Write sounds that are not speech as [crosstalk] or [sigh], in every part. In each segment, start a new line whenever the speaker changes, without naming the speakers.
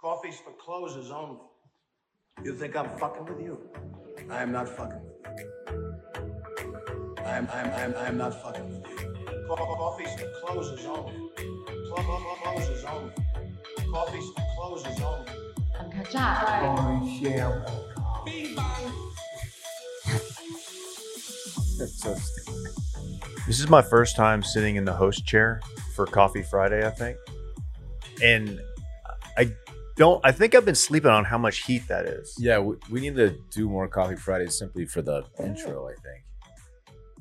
Coffee's for closers only. You think I'm fucking with you? I am not fucking with you. I am, I am, I am, I am not fucking with you. Co- Coffee's for closers only. Clo- clo- clo- Closers only. Coffee's for closers only. Holy shit. That's so stupid.
This is my first time sitting in the host chair for Coffee Friday, I think. And I don't, I think I've been sleeping on how much heat that is.
Yeah, we, we need to do more Coffee Fridays simply for the intro, I think.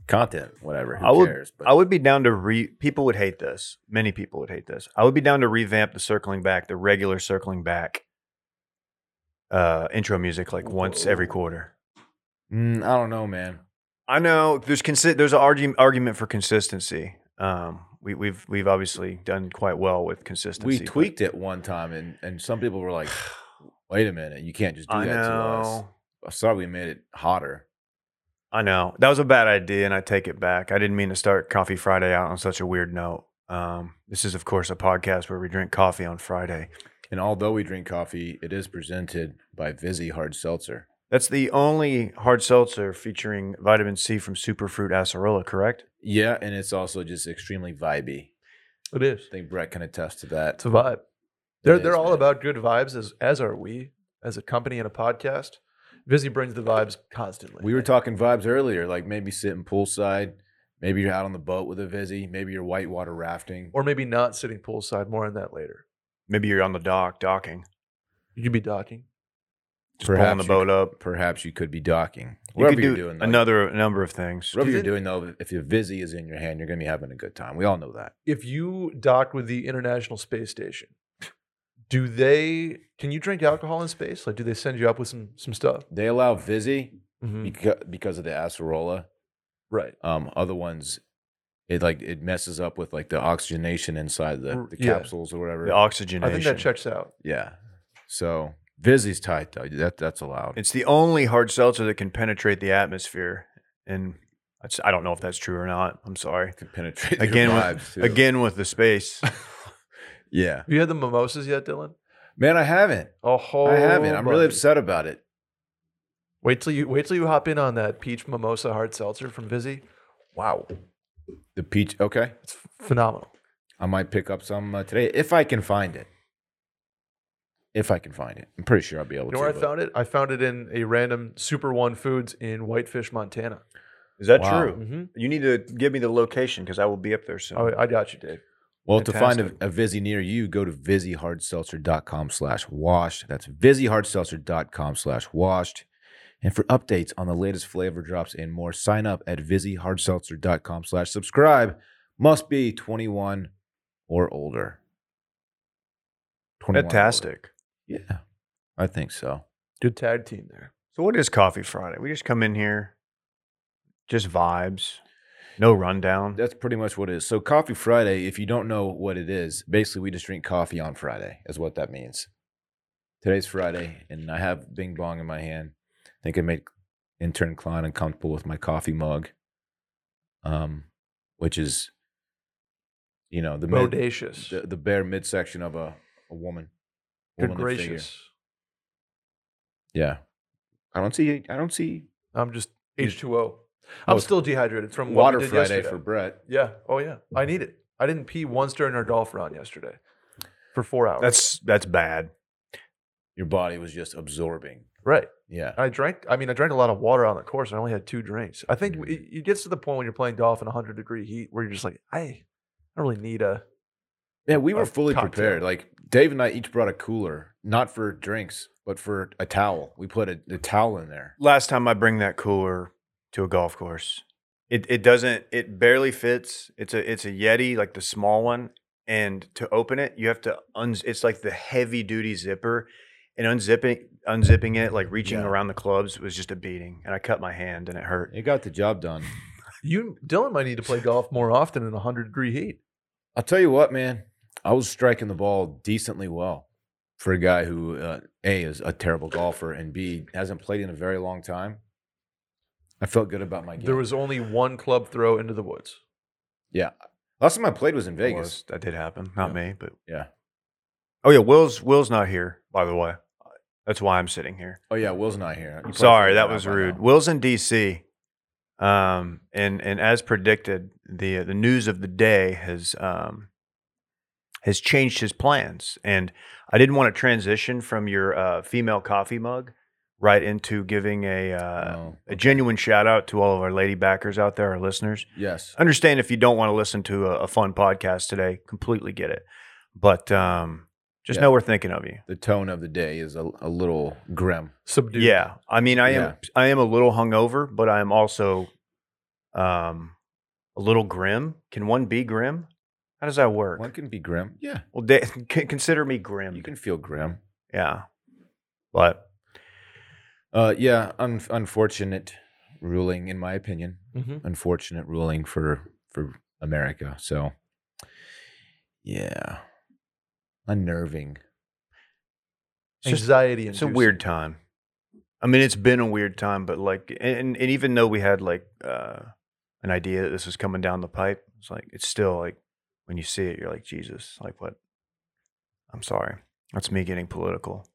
Content, whatever. Who
I would-
cares? But
I would be down to re, people would hate this. Many people would hate this. I would be down to revamp the circling back, the regular circling back uh, intro music like once every quarter.
Mm, I don't know, man.
I know there's consi- there's an argu- argument for consistency. Um, we, we've we've obviously done quite well with consistency.
We
but-
tweaked it one time, and and some people
[sighs]
were like, "Wait a minute, you can't just do
I
that to us."
know.
I'm sorry, we made it hotter.
I know that was a bad idea, and I take it back. I didn't mean to start Coffee Friday out on such a weird note. Um, this is, of course, a podcast where we drink coffee on Friday.
And although we drink coffee, it is presented by Vizzy Hard Seltzer.
That's the only hard seltzer featuring vitamin C from superfruit acerola, correct?
Yeah, and it's also just extremely vibey.
It is.
I think Brett can attest to that.
It's a vibe. They're
It
they're
is,
all
man.
about good vibes as as are we as a company and a podcast. Vizzy brings the vibes constantly.
We were talking vibes earlier, like maybe sitting poolside, maybe you're out on the boat with a Vizzy, maybe you're whitewater rafting.
or maybe not sitting poolside. More on that later.
Maybe you're on the dock docking,
You could be docking.
just pulling the
Perhaps you-
boat up.
Perhaps you could be docking.
You
Whatever
could
you're
do
doing, though,
another number of things.
whatever you're
Isn't-
doing though, if your Vizzy is in your hand, you're gonna be having a good time. We all know that.
If you docked with the International Space Station, do they? Can you drink alcohol in space? Like, do they send you up with some some stuff?
They allow Vizzy
Hmm.
Mhm.
beca- because of the acerola.
Right.
Um, other ones, it like it messes up with like the oxygenation inside the,
R-
the
yeah.
capsules or whatever.
The oxygenation.
I think that checks out.
yeah. So Vizzy's tight though. That that's allowed.
It's the only hard seltzer that can penetrate the atmosphere, and that's, I don't know if that's true or not. I'm sorry.
can penetrate [laughs] your
Again,
vibes,
with,
too.
again with the
[laughs]
space.
Yeah,
Have you had the mimosas yet, Dylan?
man, I haven't.
Oh,
I haven't. I'm really
buddy.
upset about it.
Wait till you wait till you hop in on that peach mimosa hard seltzer from Vizzy. Wow,
The peach. Okay,
it's phenomenal.
I might pick up some uh, today if I can find it. If I can find it, I'm pretty sure I'll be able
You know
to.
where I
but-
found it? I found it in a random Super One Foods in Whitefish, Montana.
Is that
Wow.
true?
Mm-hmm.
You need to give me the location because I will be up there soon.
Oh, I got you, Dave.
Well, to find a, a Vizzy near you, go to VizzyHardSeltzer.com slash washed. That's VizzyHardSeltzer.com slash washed. And for updates on the latest flavor drops and more, sign up at VizzyHardSeltzer.com slash subscribe. Must be 21 or older. 21 or older.
Fantastic.
Yeah, I think so.
Good tag team there.
So, what is Coffee Friday? We just come in here, just vibes, no rundown.
That's pretty much what it is. So, Coffee Friday, if you don't know what it is, basically we just drink coffee on Friday, is what that means. Today's Friday, and I have Bing Bong in my hand. I think I made intern Klein uncomfortable with my coffee mug, um, which is, you know, the mid,
Bodacious.
the, the bare midsection of a, a woman.
Good
womanly figure.
gracious.
Yeah. I don't see, I don't see
I'm just
You-
H2O.
Oh,
I'm
it's
still dehydrated from what we
Water
did
Friday
yesterday.
for Brett.
yeah. Oh yeah. I need it. I didn't pee once during our golf round yesterday for four hours.
That's that's bad.
Your body was just absorbing.
right.
Yeah.
I drank. I mean, I drank a lot of water on the course. I only had two drinks. I think
Mm.
it, it gets to the point when you're playing golf in 100 degree heat where you're just like, I, I don't really need a.
Yeah, we were
a
fully
cocktail.
prepared. Like Dave and I each brought a cooler, not for drinks, but for a towel. We put a, a towel in there.
Last time I bring that cooler to a golf course, it it doesn't. It barely fits. It's a it's a Yeti, like the small one, and to open it, you have to un. It's like the heavy duty zipper, and unzipping unzipping it, like reaching
Yeah.
around the clubs, was just a beating, and I cut my hand and it hurt.
It got the job done.
You, Dylan, might need to play golf more often in 100 degree heat.
I'll tell you what, man. I was striking the ball decently well for a guy who uh, a is a terrible golfer and b hasn't played in a very long time. I felt good about my game.
There was only one club throw into the woods.
yeah. Last time I played was in
It
Vegas.
was- that did happen. Not
Yeah.
me, but
Yeah.
oh yeah, Will's Will's not here. by the way. That's why I'm sitting here.
Oh yeah, Will's not here. You probably
Sorry,
figured
that
it out
was
by
rude.
now.
Will's in D.C. Um, and and as predicted, the uh, the news of the day has um, has changed his plans. And I didn't want to transition from your uh, female coffee mug right into giving a uh,
No.
a genuine shout out to all of our lady backers out there, our listeners.
Yes.
Understand if you don't want to listen to a, a fun podcast today, completely get it. But um, just
Yeah.
know we're thinking of you.
The tone of the day is a, a little grim.
Subdued.
Yeah, I mean, I am
Yeah.
I am a little hungover, but I am also, um, a little grim. Can one be grim? How does that work?
One can be grim. Yeah.
Well, da- [laughs] c- consider me grim.
You can feel grim.
yeah, but
Uh, yeah, un- unfortunate ruling, in my opinion.
Mm-hmm.
hmm
Unfortunate ruling for for America. So, yeah, unnerving.
it's just
Anxiety.
it's a weird time. I mean, it's been a weird time, but like, and and even though we had like uh, an idea that this was coming down the pipe, it's like it's still like when you see it, you're like Jesus, like what? I'm sorry, that's me getting political.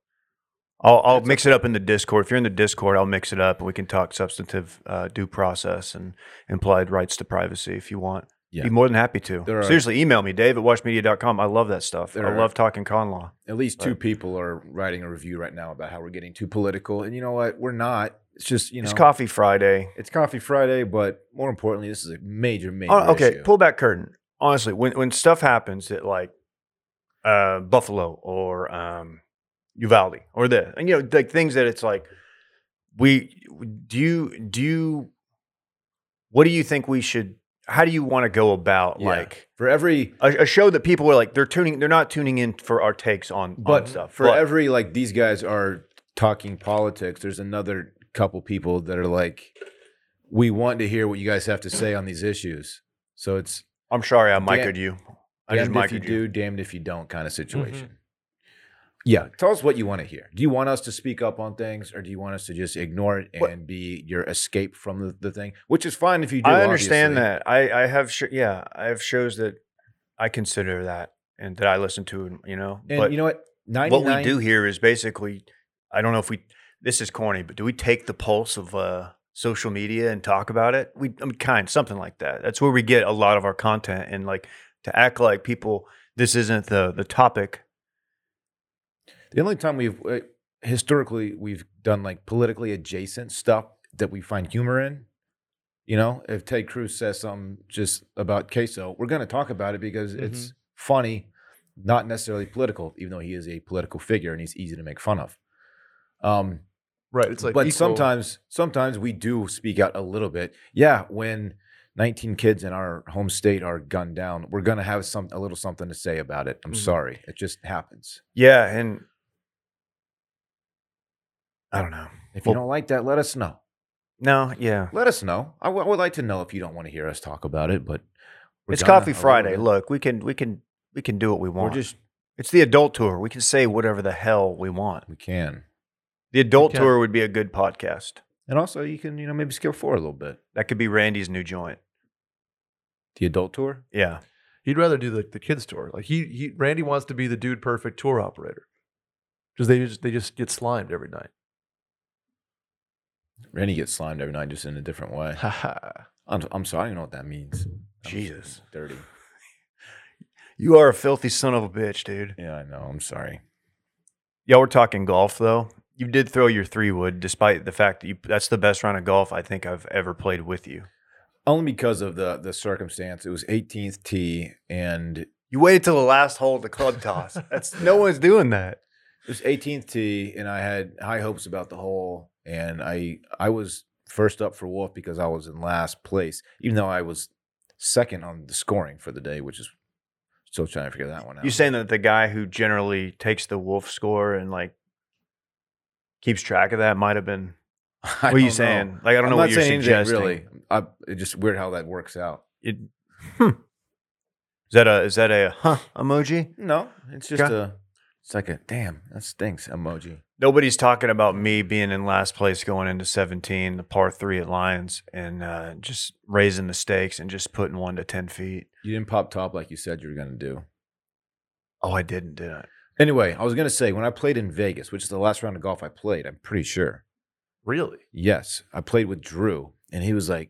I'll I'll mix it up in the Discord. If you're in the Discord, I'll mix it up and we can talk substantive uh, due process and implied rights to privacy if you want.
Yeah.
Be more than happy to.
There are-
Seriously, email me, Dave at watchmedia.com. I love that stuff.
There
I
are-
love talking con law.
At least two
Right.
people are writing a review right now about how we're getting too political, and you know what? We're not. It's just you know,
it's Coffee Friday.
It's Coffee Friday, but more importantly, this is a major, major.
Oh, okay,
issue.
pull back curtain. Honestly, when when stuff happens at like uh, Buffalo or um, Uvalde or the and you know like things that it's like we do you do you what do you think we should how do you want to go about
Yeah.
like
for every
a, a show that people are like they're tuning they're not tuning in for our takes on on
but
stuff
for
but-
every like these guys are talking politics there's another couple people that are like we want to hear what you guys have to say on these issues so it's
I'm sorry I
Damn-
mic'd you I just
damned if you
mic'd you,
do damned if you don't
Mm-hmm.
kind of situation yeah tell us what you want to hear do you want us to speak up on things or do you want us to just ignore it and
What-
be your escape from the, the thing which is fine if you do
I understand
obviously.
that I I have sh- yeah I have shows that I consider that and that I listen to and you know
and you know what 99
what we do here is basically i don't know if we this is corny but do we take the pulse of uh social media and talk about it we i mean kind something like that that's where we get a lot of our content and like to act like people this isn't the the topic
The only time we've uh, historically we've done like politically adjacent stuff that we find humor in. You know, if Ted Cruz says something just about queso, we're going to talk about it because it's
Mm-hmm.
funny, not necessarily political, even though he is a political figure and he's easy to make fun of. Um,
Right. It's like.
but
equal-
sometimes sometimes we do speak out a little bit yeah when 19 kids in our home state are gunned down we're going to have some a little something to say about it i'm
Mhm.
sorry it just happens
yeah and i don't know
if
Well-
you don't like that let us know
no yeah
Let us know. I w- I would like to know if you don't want to hear us talk about it, but we're
it's
gonna
coffee
a little
friday
bit.
look we can we can we can do what we
we're
want
just
it's the adult tour we can say whatever the hell we want
we can,
the adult
can.
tour would be a good podcast
and also you can you know maybe skip forward a little bit.
that could be randy's new joint
The adult tour.
yeah
He'd rather do like the kids tour. Like he, he Randy wants to be the dude perfect tour operator. Because they just they just get slimed every
[laughs]
night.
Randy gets slimed every night, just in a different way.
Ha ha.
I'm, I'm sorry, I don't know what that means. That was
Jesus.
dirty.
You are a filthy son of a bitch, dude.
Yeah, I know. I'm sorry.
Y'all were talking golf though. You did throw your three wood, despite the fact that you that's the best round of golf I think I've ever played with you.
Only because of the the circumstance. It was 18th tee, and it
You waited till the last hole of the club toss.
[laughs]
That's no one's doing that.
was 18th tee, and I had high hopes about the hole, and I I was first up for Wolf because I was in last place, even though I was second on the scoring for the day, which is still trying to figure that one out.
You saying that the guy who generally takes the wolf score and like keeps track of that might have been
[laughs] I
what are you
don't know.
saying? Like I don't
I'm
know
not
what you're
saying anything,
suggesting.
really. I, it's just weird how that works out.
It, hmm. Is that a is that a
[laughs]
huh emoji?
No, it's just
Okay.
a. It's like a damn that stinks emoji.
nobody's talking about me being in last place going into 17 the par three at lions and uh, just raising the stakes and just putting one to 10 feet
You didn't pop top like you said you were gonna do.
oh i didn't did i
Anyway, I was gonna say when I played in Vegas, which is the last round of golf I played, I'm pretty sure.
Really?
Yes, I played with Drew, and he was like,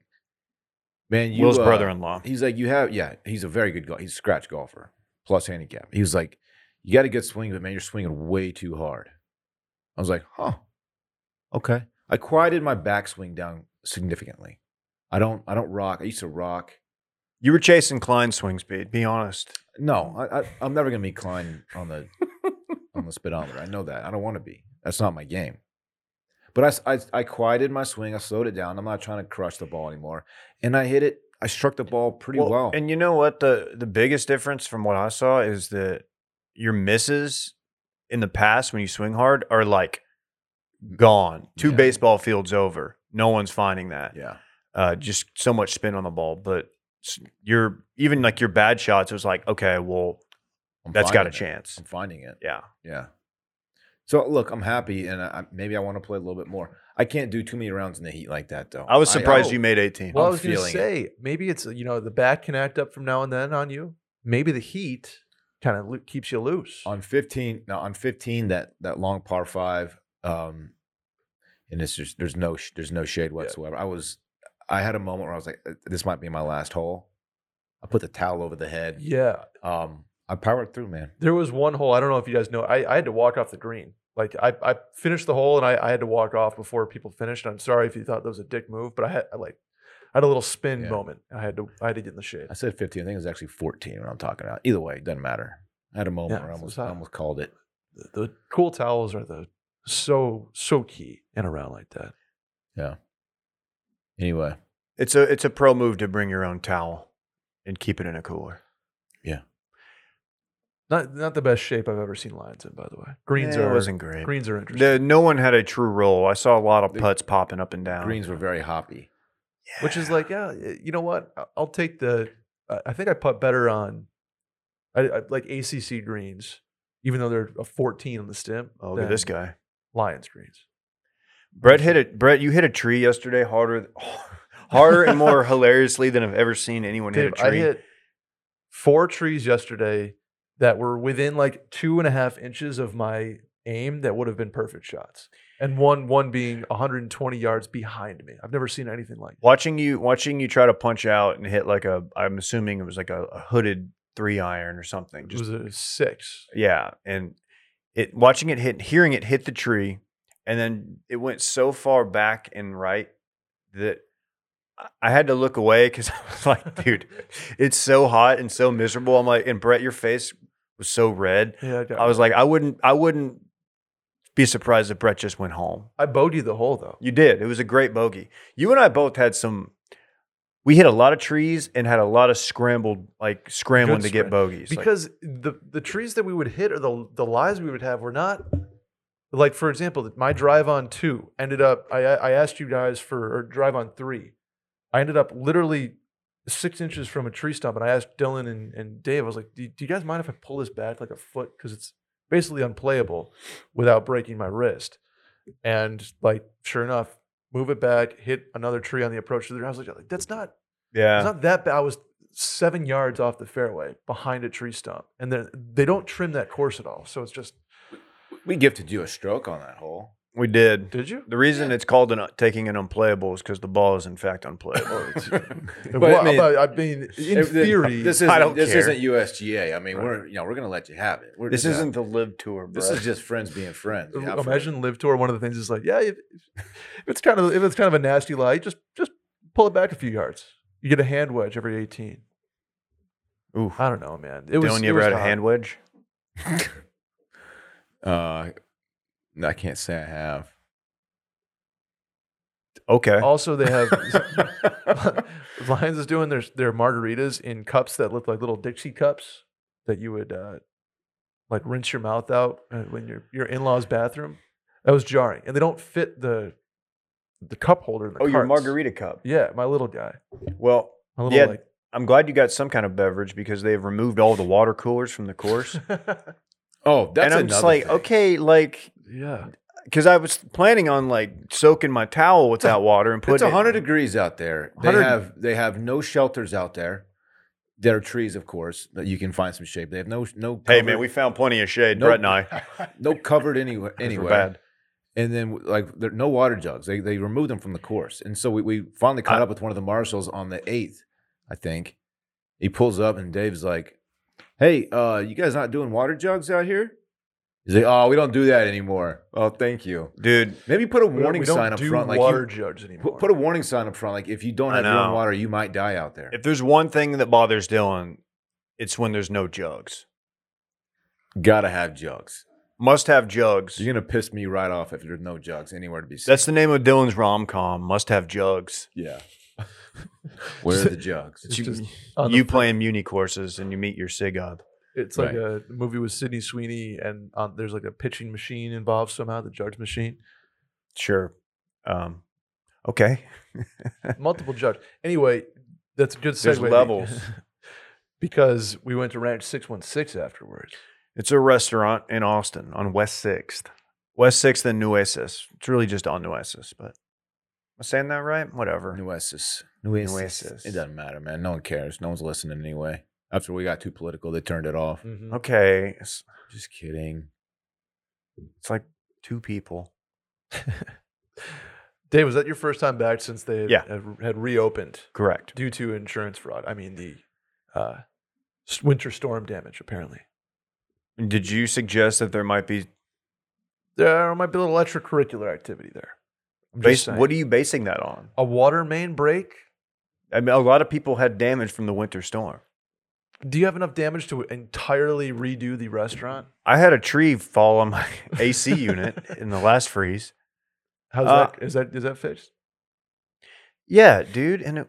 "Man, you
Will's
uh,
brother-in-law.
He's like, you have, yeah, he's a very good golf. He's a scratch golfer, plus handicap. He was like, you got a good swing, but man, you're swinging way too hard. I was like, huh, okay. I quieted my backswing down significantly. I don't, I don't rock. I used to rock.
You were chasing Klein swing speed. Be honest.
No,
Mm.
I, I, I'm never gonna be Klein on the on the speedometer. I know that. I don't want to be. That's not my game. But I s- I, I quieted my swing. I slowed it down. I'm not trying to crush the ball anymore. And I hit it. I struck the ball pretty well.
And you know what? The the biggest difference from what I saw is that your misses in the past when you swing hard are like gone. Two
Yeah.
baseball fields over. No one's finding that.
yeah,
Uh, just so much spin on the ball. But s- your even like your bad shots, it was like, okay, well,
I'm
that's got a
finding it.
chance.
I'm finding it.
Yeah.
Yeah. So look, I'm happy, and I, I- maybe I want to play a little bit more. I can't do too many rounds in the heat like that, though.
I was surprised
oh.
you made 18.
Well, i
I'm
was going to
feeling it.
say maybe it's you know the bat can act up from now and then on you. Maybe the heat kind of lo- keeps you loose.
on 15 now on 15 that that long par five um and it's just there's no sh- there's no shade whatsoever i was i had a moment where i was like "Uh, this might be my last hole i put the towel over the head
yeah,
um i powered through man
there was one hole. I don't know if you guys know. I, I had to walk off the green. Like I, I finished the hole and I, I had to walk off before people finished. I'm sorry if you thought that was a dick move, but I had I like I had a little spin
Yeah.
moment. I had to I had to get in the shade.
i said 15 i think it was actually 14 when i'm talking about either way it doesn't matter i had a moment
Yeah,
where i
so
almost,
it's not-
I almost called it
The, the cool towels are the so so key in a round like that.
anyway
It's a it's a pro move to bring your own towel and keep it in a cooler.
Not not the best shape I've ever seen lines in. By the way, greens
Yeah,
are
it wasn't great.
greens are interesting.
The, no one had a true roll. I saw a lot of
The
putts popping up and down.
greens were very hoppy
which is like, yeah, y- you know what? I- I'll take the. I I think I putt better on, I, I like ACC greens, even though they're a 14 on the stem.
Oh, look at this
than
guy.
Lions greens.
Brett hit it. Brett, you hit a tree yesterday harder, [laughs] harder and
[laughs]
more hilariously than I've ever seen anyone hit a
Dude, I
tree.
hit four trees yesterday that were within like two and a half inches of my aim that would have been perfect shots, and one one being 120 yards behind me. I've never seen anything like. that.
watching you, watching you try to punch out and hit like a. I'm assuming it was like a, a hooded three iron or something.
It
Just
was a six.
yeah, and it watching it hit, hearing it hit the tree, and then it went so far back and right that I- I had to look away because [laughs] I was like,
[laughs]
dude, it's so hot and so miserable. I'm like, and Brett, your face was so red.
Yeah, I, got
I was like, I wouldn't, I wouldn't be surprised if Brett just went home.
I bogeyed the hole though.
You did. It was a great bogey. You and I both had some. We hit a lot of trees and had a lot of scrambled, like scrambling
Good
to
scram-
get bogeys. Like,
because the the trees that we would hit or the the lies we would have were not like for example my drive on two ended up I I asked you guys for or drive on three I ended up literally six inches from a tree stump and I asked Dylan and, and Dave I was like do, do you guys mind if I pull this back like a foot because it's basically unplayable without breaking my wrist and like sure enough move it back hit another tree on the approach to the I was like that's not
yeah,
it's not that bad. I was seven yards off the fairway behind a tree stump, and then they don't trim that course at all. So it's just,
we gifted you a stroke on that hole
we did.
did you?
The reason it's called an, taking an unplayable is because the ball is in fact
[laughs]
unplayable.
Well,
[laughs] But,
I mean, in
if the-
theory,
this
I
isn't,
don't
this
care.
isn't USGA. I mean,
Right.
we're you know we're gonna let you have it. We're
this
just- uh,
isn't the live tour, bro.
This is just friends being friends. Yeah, for-
imagine live tour. One of the things is like, yeah, if, if it's kind of if it's kind of a nasty lie, just just pull it back a few yards. You get a hand wedge every eighteen.
Ooh,
I don't know, man. It
Dylan,
was
you
it
ever
was
had a
hot.
hand wedge?
Uh, no, I can't say I
[laughs]
have.
Okay,
Also, they
[laughs]
have [laughs] Lions is doing their their margaritas in cups that look like little Dixie cups that you would uh, like rinse your mouth out uh, when your your in laws bathroom. That was jarring, and they don't fit the the cup holder. In the
oh, your
carts.
margarita cup.
Yeah, my little guy.
Well,
My little
Yeah.
like. [laughs]
I'm glad you got some kind of beverage because they've removed all the water coolers from the
[laughs]
course.
Oh, that's
and I'm
another
just like,
thing.
okay, like
yeah,
because I was planning on like soaking my towel
[laughs]
with that water and putting
It's
it-
hundred degrees out there. They
100
have they have no shelters out there. There are trees, of course, that you can find some shade. They have no no.
Hey man,
covered-
we found plenty of shade,
Nope.
Brett and I.
no covered anywhere.
Anyway,
anywhere.
bad.
And then like there no water jugs. They they removed them from the course. And so we, we finally caught up with one of the marshals on the eighth, I think. He pulls up and Dave's like, Hey, uh, you guys not doing water jugs out here? He's like, Oh, we don't do that anymore. Oh, thank you.
dude.
Maybe put a
We don't-
warning
we don't
sign up
do
front. Like
water
you,
jugs anymore.
put, put a warning sign up front. Like if you don't
I
have your own
know.
water, you might die out there.
If there's one thing that bothers Dylan, it's when there's no jugs.
Gotta have jugs.
Must have jugs.
You're gonna piss me right off if there's no jugs anywhere to be seen.
That's the name of Dylan's rom com. Must have jugs.
yeah. [laughs] Where are the jugs?
It's
You,
just on the
you play in muni courses and you meet your sigod.
It's like a movie with Sidney Sweeney, and um, there's like a pitching machine involved somehow, the judge machine,
Sure. Um, okay.
multiple judge. Anyway, that's a good segue.
There's
be-
levels.
[laughs] because we went to Ranch Six One Six afterwards.
It's a restaurant in Austin on West Sixth, West Sixth and Nueces. It's really just on Nueces, but am I saying that right? Whatever.
Nueces.
Nueces.
It doesn't matter, man. No one cares. No one's listening anyway. After we got too political, they turned it off.
Mm. Mm-hmm. Okay, it's,
Just kidding.
it's like two people.
Dave, was that your first time back since they had,
Yeah.
had, had reopened
Correct.
due to insurance fraud? I mean the uh, s- winter storm damage, apparently.
Did you suggest that there might be?
There might be a little extracurricular activity there. I'm just
Based,
saying.
what are you basing that on?
a water main break?
I mean, a lot of people had damage from the winter storm.
Do you have enough damage to entirely redo the restaurant?
I had a tree fall on my [laughs] AC unit in the last freeze.
How's
Uh,
that? Is that is that fixed?
Yeah, dude, and it,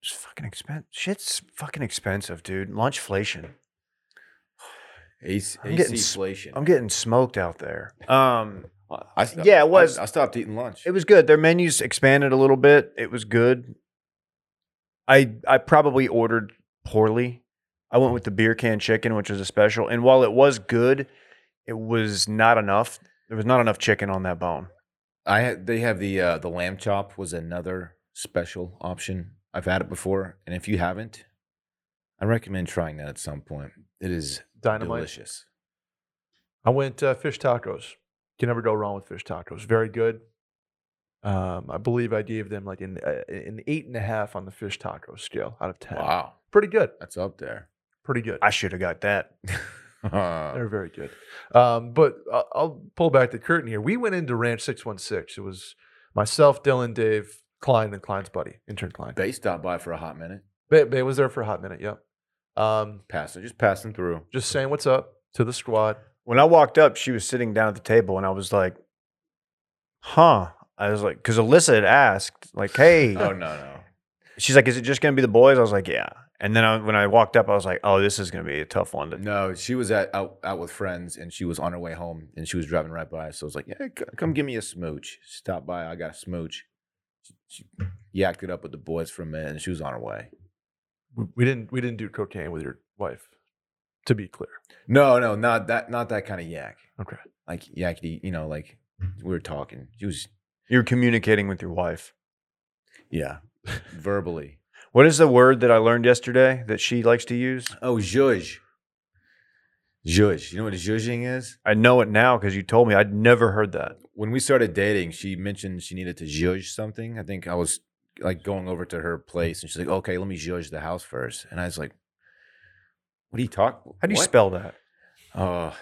it's fucking expensive. Shit's fucking expensive, dude. Lunchflation.
AC,
I'm getting s- I'm getting smoked out there. Um,
I stopped,
Yeah, it was-
I, I stopped eating lunch.
it was good. Their menus expanded a little bit. It was good. I I probably ordered poorly. I went with the beer can chicken, which was a special. And while it was good, it was not enough. There was not enough chicken on that bone.
I had, they have the uh, the lamb chop was another special option. I've had it before, and if you haven't, I recommend trying that at some point. It is
Dynamite.
delicious.
I went uh, fish tacos. Can never go wrong with fish tacos. Very good. Um, I believe I gave them like an uh, an eight and a half on the fish taco scale out of ten.
Wow,
Pretty good.
that's up there. [laughs]
Pretty good.
I should have got that.
They're very good. Um, but I- I'll pull back the curtain here. We went into Ranch Six One Six. It was myself, Dylan, Dave, Klein, and Klein's buddy, intern Klein.
They stopped by for a hot minute,
Bay, Bay was there for a hot minute. Yep. Um,
passing, just passing
[laughs]
through.
just saying what's up to the squad.
When I walked up, she was sitting down at the table, and I was like, "Huh." I was like, because Alyssa had asked, like, "Hey,
[laughs] Oh no, no.
she's like, "Is it just gonna be the boys?" I was like, "Yeah." And then I, when I walked up, I was like, "Oh, this is gonna be a tough one." To,
No, she was at out, out with friends, and she was on her way home, and she was driving right by. So I was like, "Yeah, c- come give me a smooch. Stop by. I got a smooch." She, she yacked it up with the boys for a minute, and she was on her way.
We, we didn't we didn't do cocaine with your wife, to be clear.
No, no, not that, not that kind of yak.
Okay.
Like yakety, you know, like we were talking. She was,
You're communicating with your wife.
yeah, verbally.
What is the word that I learned yesterday that she likes to use?
Oh, zhuzh. Zhuzh. You know what zhuzhing is?
I know it now because you told me. I'd never heard that.
when we started dating, she mentioned she needed to judge something. I think I was like going over to
Mm.
her place, and she's like, "Okay, let me judge the house first. And I was like, "What do you talk?
How do you
what?"
spell that?
Uh,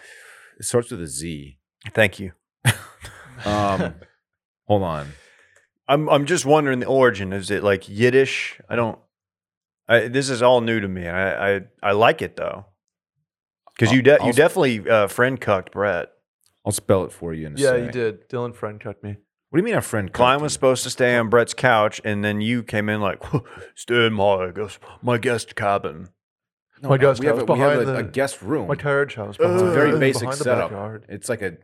it starts with a Z.
Thank you.
[laughs]
Um, hold on.
I'm I'm just wondering the origin. Is it like Yiddish? I don't. I, this is all new to me, and I I, I like it though. Because you de-
I'll-
you
I'll-
definitely uh, friend cucked Brett.
I'll spell it for you in a
Yeah,
sec.
you did. Dylan friend cut me.
What do you mean a friend?
Klein
cucked
was
you?
supposed to stay on Brett's couch, and then you came in like, [laughs] stay in my guest, my guest cabin.
No,
My gosh,
we
that
have, a,
was
we have
behind
a- a
the-
guest room.
My carriage house.
Uh,
It's a
behind-
very
behind
basic
the
setup.
backyard.
It's like a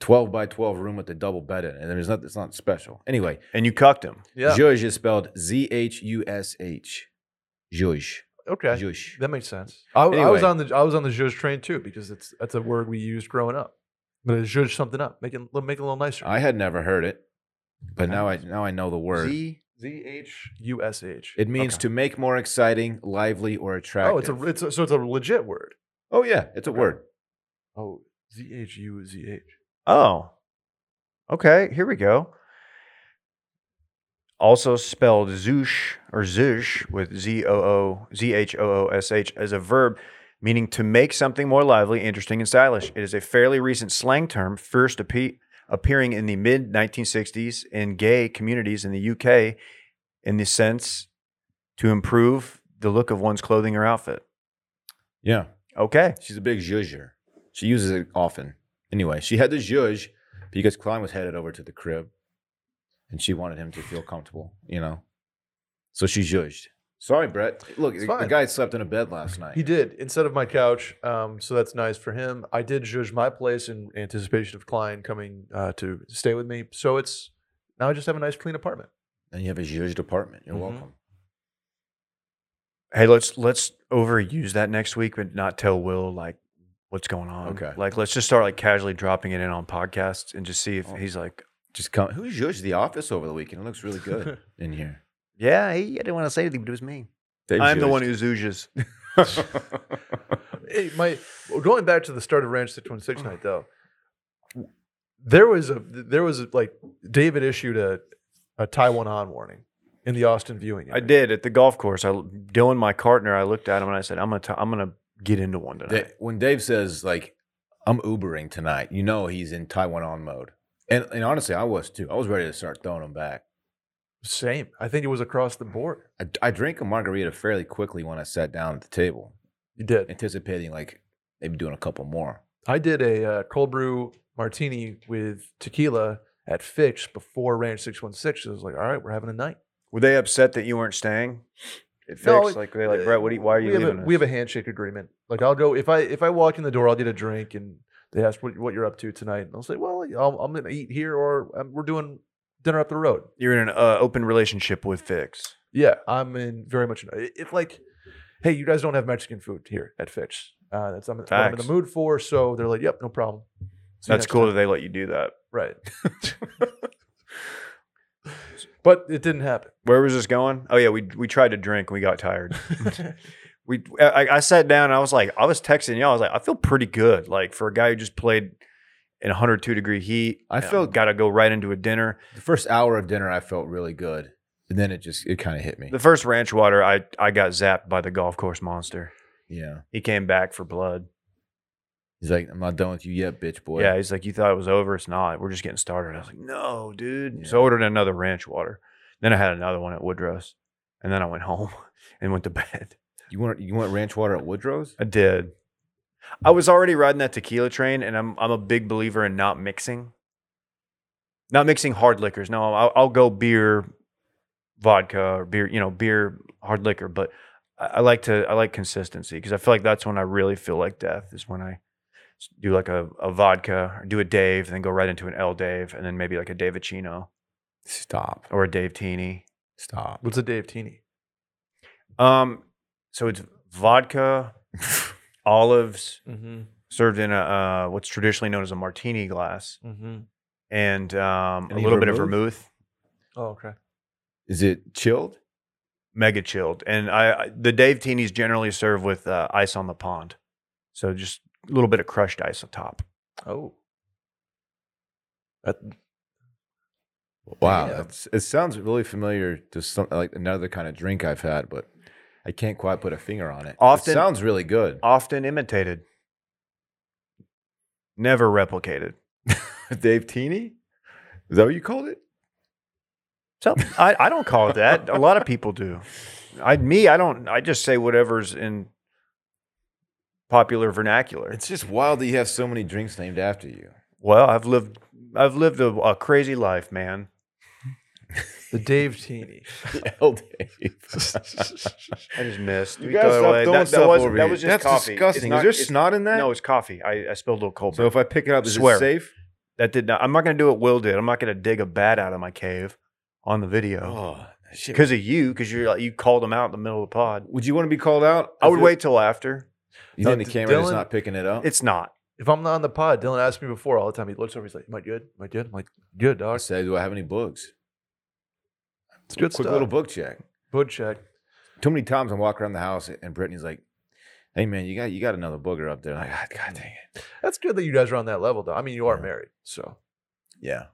twelve by twelve room with a double bed in it, and there's not. It's not special. Anyway,
And you cucked him.
Yeah.
Zhuzh is spelled Z H U S H. Zhuzh.
Okay.
Zhuzh.
That makes sense. I, I
Anyway.
was on the I was on the zhuzh train too because it's that's a word we used growing up. But am zhuzh something up, make it make it a little nicer.
I had never heard it, but now I now I know the word.
Z
Z H U S H.
It means
Okay.
to make more exciting, lively, or attractive.
Oh, it's a, it's a so it's a legit word.
oh yeah, it's a word.
Oh, Z H U Z H.
Oh. Okay, here we go. Also spelled zoosh or zoosh with Z O O Z H O O S H as a verb meaning to make something more lively, interesting, and stylish. It is a fairly recent slang term, first appe- appearing in the mid 1960s in gay communities in the UK in the sense to improve the look of one's clothing or outfit.
Yeah,
Okay.
she's a big zhuzher. She uses it often. Anyway, she had the zhuzh because Klein was headed over to the crib, and she wanted him to feel comfortable. You know, so she zhuzhed. Sorry, Brett. Look,
It's
the, the
fine.
guy slept in a bed last night.
He did instead of my couch, um, so that's nice for him. I did judge my place in anticipation of Klein coming uh, to stay with me. So it's now I just have a nice clean apartment.
And you have a zhuzhed apartment. You're
Mhm.
welcome.
Hey, let's let's overuse that next week, but not tell Will like what's going on.
Okay.
Like let's just start like casually dropping it in on podcasts and just see if
Oh.
he's like,
Just come. Who zhuzhed the office over the weekend? It looks really
[laughs]
good in here.
yeah, he, I didn't want to say anything, but it was me. I'm the one who zooges.
[laughs]
Hey, my going back to the start of Ranch
Mm.
616 night though, there was a there was a, like David issued a a Taiwan on warning in the Austin viewing.
[laughs] I
area.
did at the golf course. I Dylan, my partner, I looked at him and I said, I'm gonna t- I'm gonna get into one tonight.
Da- when Dave says like I'm Ubering tonight, you know he's in Taiwan on mode. And and honestly, I was too. I was ready to start throwing them back.
Same. I think it was across the board.
I, I drank a margarita fairly quickly when I sat down at the table,
You did.
anticipating like maybe doing a couple more.
I did a uh, cold brew martini with tequila at Fitch before Ranch 616. I was like, all right, we're having a night.
Were they upset that you weren't staying? It fixed.
No, it-
like they like Brett. What? do you- why are you
we
leaving?
have a, We have
us?"
a handshake agreement. Like I'll go if I if I walk in the door, I'll get a drink, and they ask what what you're up to tonight, and I'll say, well, I'll, I'm gonna eat here, or um, we're doing dinner up the road.
You're in an uh, open relationship with Fix.
Yeah, I'm in very much. If like, hey, you guys don't have Mexican food here at Fitch. Uh, that's I'm, what I'm in the
Facts.
mood for. So they're like, yep, no problem. See you
That's
next
cool
time.
that they let you do that. [laughs]
Right. but it
[laughs]
didn't happen.
Where was this going? Oh yeah, we we tried to drink. and We got tired. we I, I sat down and I was like, I was texting y'all. I was like, I feel pretty good. Like for a guy who just played in 102 degree heat,
I
you know,
felt-
gotta go right into a dinner.
The first hour of dinner, I felt really good, and then it just it kind of hit me.
The first ranch water, I I got zapped by the golf course monster.
yeah,
He came back for blood.
he's like, I'm not done with you yet, bitch boy.
Yeah, he's like, you thought it was over. It's not. We're just getting started. I was like, no, dude.
Yeah.
So I ordered another ranch water. Then I had another one at Woodrow's, and then I went home [laughs] and went to bed.
you want you want ranch water at Woodrow's?
I did. I was already riding that tequila train, and I'm I'm a big believer in not mixing, not mixing hard liquors. No, I'll, I'll go beer, vodka, or beer, you know, beer, hard liquor. But I, I like to I like consistency because I feel like that's when I really feel like death is when I s- do like a, a vodka or do a Dave, and then go right into an L Dave, and then maybe like a Davichino
Stop,
or a Dave Teeny.
stop.
What's a Dave Teeny?
Um, so it's vodka, [laughs] olives.
Mm-hmm.
served in a uh, what's traditionally known as a martini glass
Mm-hmm.
and um, a
Any
little bit of
vermouth?
vermouth
Oh, okay.
Is it chilled?
mega chilled and I, I the dave teenies generally serve with uh, ice on the pond so just a little bit of crushed ice on top
Oh. That,
[laughs] Wow,
Damn.
that's, it sounds really familiar to some like another kind of drink I've had, but I can't quite put a finger on it.
Often-
it sounds really good.
often imitated never replicated
[laughs] Dave Teeny, is that what you called it?
so I, I don't call it that a lot of people do i me i don't i just say whatever's in popular vernacular
It's just wild that you have so many drinks named after [laughs] you.
well i've lived i've lived a, a crazy life man
the Dave Teeny.
Hell, [laughs] Dave.
I just missed.
you
We
guys
throw it away.
stop throwing
That- that
stuff
was-
over
that
here.
was just
that's
coffee. It's
disgusting.
not-
is there
it's-
snot in that?
No, it's coffee. I, I spilled a little cold
So
brew.
if I pick it up, is
Swear.
it safe?
that did not. I'm not gonna do what Will did. I'm not gonna dig a bat out of my cave on the video
Oh, shit.
because of you. Because you're like you called him out in the middle of the pod.
Would you want to be called out?
I would
feel-
wait till after.
You think
No,
the camera is
Dylan-
not picking it up?
It's not.
If I'm not on the pod, Dylan asked me before all the time. He looks over, he's like, Am I good? Am I good? I'm like, good,
I
dog.
said, do I have any books?
It's good
Quick
stuff.
little book check.
Book check.
Too many times I walk around the house and Brittany's like, "Hey man, you got you got another booger up there." I'm like, "Ah, God,
Mm.
God dang it.
That's good that you guys are on that level, though. I mean, you are
Yeah.
married, so.
Yeah.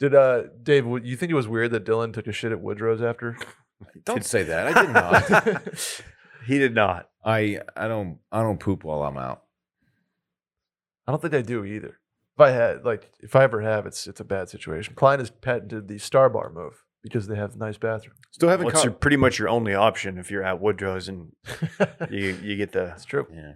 Did uh, Dave? w- You think it was weird that Dylan took a shit at Woodrow's after?
[laughs] Don't say that. I did [laughs] not.
He did not.
I I don't I don't poop while I'm out.
I don't think I do either. If I had, like, if I ever have, it's it's a bad situation. Klein has patented the star bar move because they have
[laughs]
nice bathrooms.
Still haven't
What's
caught.
your, pretty much your only option if you're at Woodrow's
[laughs]
and you you get the
That's true.
Yeah.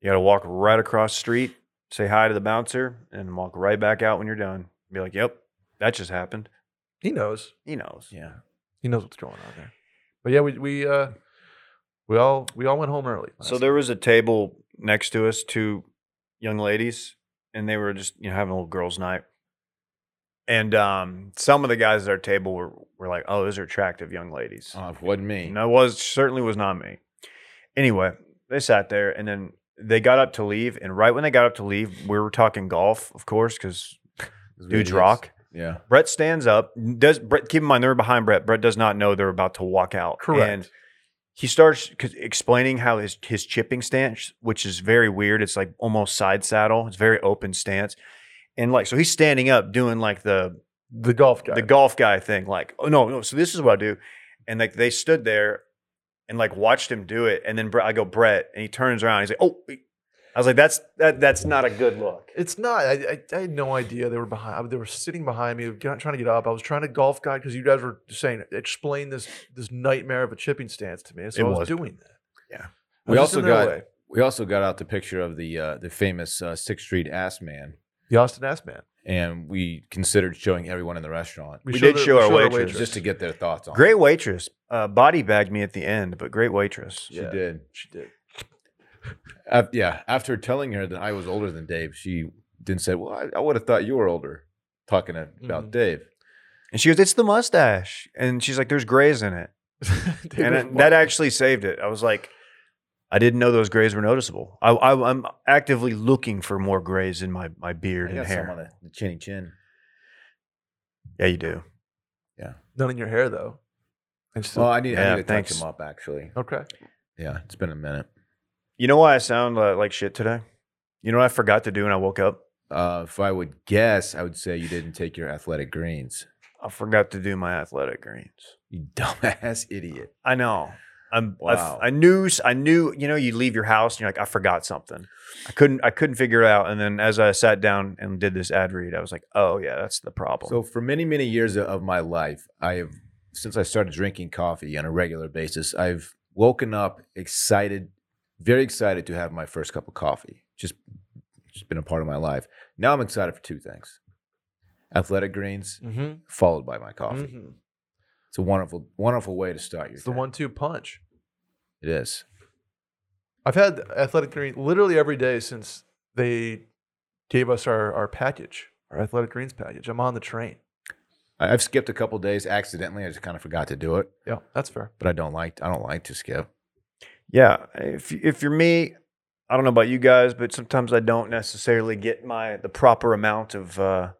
you got to walk right across the street, say hi to the bouncer, and walk right back out when you're done. Be like, "Yep, that just happened."
He knows.
He knows.
Yeah.
He knows what's going on there. But yeah, we we uh, we all we all went home early.
So there was a table next to us, two young ladies, and they were just you know having a little girls' night. And um, some of the guys at our table were were like, "Oh, those are attractive young ladies."
Oh, it wasn't me.
No, it was certainly was not me. Anyway, they sat there and then they got up to leave. And right when they got up to leave, we were talking golf, of course, because
'Cause we
dudes
idiots.
rock.
Yeah.
Brett stands up. Does Brett keep in mind they're behind Brett? Brett does not know they're about to walk out.
Correct.
And he starts c- explaining how his his chipping stance, which is very weird. It's like almost side saddle. It's very open stance, and like so he's standing up doing like the
the golf guy.
the golf guy thing. Like oh no no. So this is what I do, and like they stood there and like watched him do it, and then Brett, I go Brett, and he turns around. He's like oh. I was like, that's that, that's not a good look.
It's not. I, I, I had no idea they were behind. They were sitting behind me, get- trying to get up. I was trying to golf guide because you guys were saying explain this this nightmare of a chipping stance to me. So
It
I was,
was.
doing that.
Yeah.
I
We
was just
also
in their
got-
way.
We also got out the picture of the uh, the famous uh, Sixth Street ass man,
the Austin Ass Man.
and we considered showing everyone in the restaurant
We
showed
did show our
showed
waitress.
just to get their thoughts on. it.
Great waitress. Uh, body bagged me at the end, but great waitress.
She
Yeah.
did.
[laughs]
She did.
Af- yeah. After telling her that I was older than Dave, she didn't say, "Well, I, I would have thought you were older." Talking about
Mhm.
Mm-hmm.
Dave.
And she goes, "It's the mustache," and she's like, "There's grays in it,"
They
and
were
it- that actually saved it. I was like, "I didn't know those grays were noticeable." I, I, I'm actively looking for more grays in my my
I
beard and
got some on
hair.
the, the chinny chin.
Yeah, you do.
none in your hair though. And so,
Well, I need,
Yeah,
I need to touch
thanks.
him up actually.
okay.
Yeah, it's been a minute.
You know why I sound uh, like shit today? You know what I forgot to do when I woke up?
Uh, if I would guess, I would say you didn't take your athletic greens.
I forgot to do my athletic greens.
You [laughs] dumbass idiot.
I know. I'm, I f-
Wow.
I knew. s- I knew. You know, you leave your house and you're like, I forgot something. I couldn't. I couldn't figure it out. And then as I sat down and did this ad read, I was like, Oh yeah, that's the problem.
So for many, many years of- of my life, I have since I started drinking coffee on a regular basis, I've woken up excited, very excited to have my first cup of coffee. Just just been a part of my life. Now I'm excited for two things. Athletic greens
Mm-hmm.
followed by my coffee. It's a wonderful, wonderful way to start your
It's the
day.
one-two punch.
It is.
I've had athletic green literally every day since they gave us our our package, our athletic greens package. I'm on the train.
I- I've skipped a couple days accidentally. I just kind of forgot to do it,
Yeah, that's fair.
but I don't like I don't like to skip.
yeah, if if you're me, I don't know about you guys, but sometimes I don't necessarily get my the proper amount of uh,